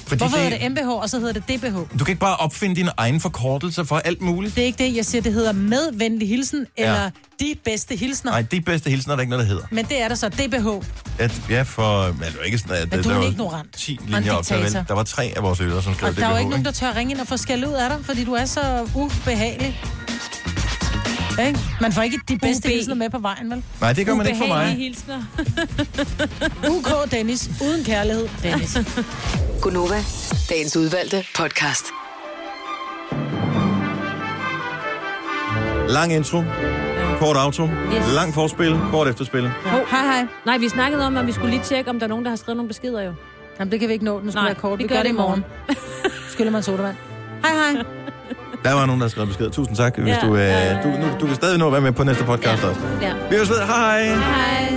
A: Fordi
C: hvorfor hedder det MBH, og så hedder det DBH?
A: Du kan ikke bare opfinde dine egne forkortelser for alt muligt.
C: Det er ikke det, jeg siger, det hedder med venlig hilsen,
A: Ja.
C: eller de bedste hilsner.
A: Nej, de bedste hilsner er der ikke noget, der hedder.
C: Men det er der så, DBH.
A: At, ja, for... Men det var ikke sådan, at
C: Men du er
A: der
C: en
A: var
C: ignorant.
A: 10
C: Og en
A: linjer op. Der, vel-
C: diktator.
A: der var tre af vores ører, som skrev
C: Og der er jo
A: DBH,
C: ikke nogen, der tør ringe ind og få skæld ud af dig, fordi du er så ubehagelig. Ikke? Man får ikke de bedste
B: UB.
C: hilsner med på vejen, vel?
A: Nej, det gør man ikke for mig.
C: Ubehagelige hilsner. UK Dennis, uden kærlighed, Dennis.
F: Gunova, dagens udvalgte podcast.
A: Lang intro, kort outro,
B: Yes.
A: lang forspil, kort efterspil.
B: Hej, hej. Nej, vi snakkede om, at vi skulle lige tjekke, om der er nogen, der har skrevet nogle beskeder jo.
C: Jamen, det kan vi ikke nå. Den
B: skulle Nej, være kort.
C: Vi gør det i morgen. Skylder man sodavand. Hej, hej.
A: Der var nogen, der skrev besked. Tusind tak, hvis
C: Ja.
A: du, øh, du, nu, du kan stadig nå at være med på næste podcast også.
B: Ja.
A: Vi høres ved. Hej.
B: Hej.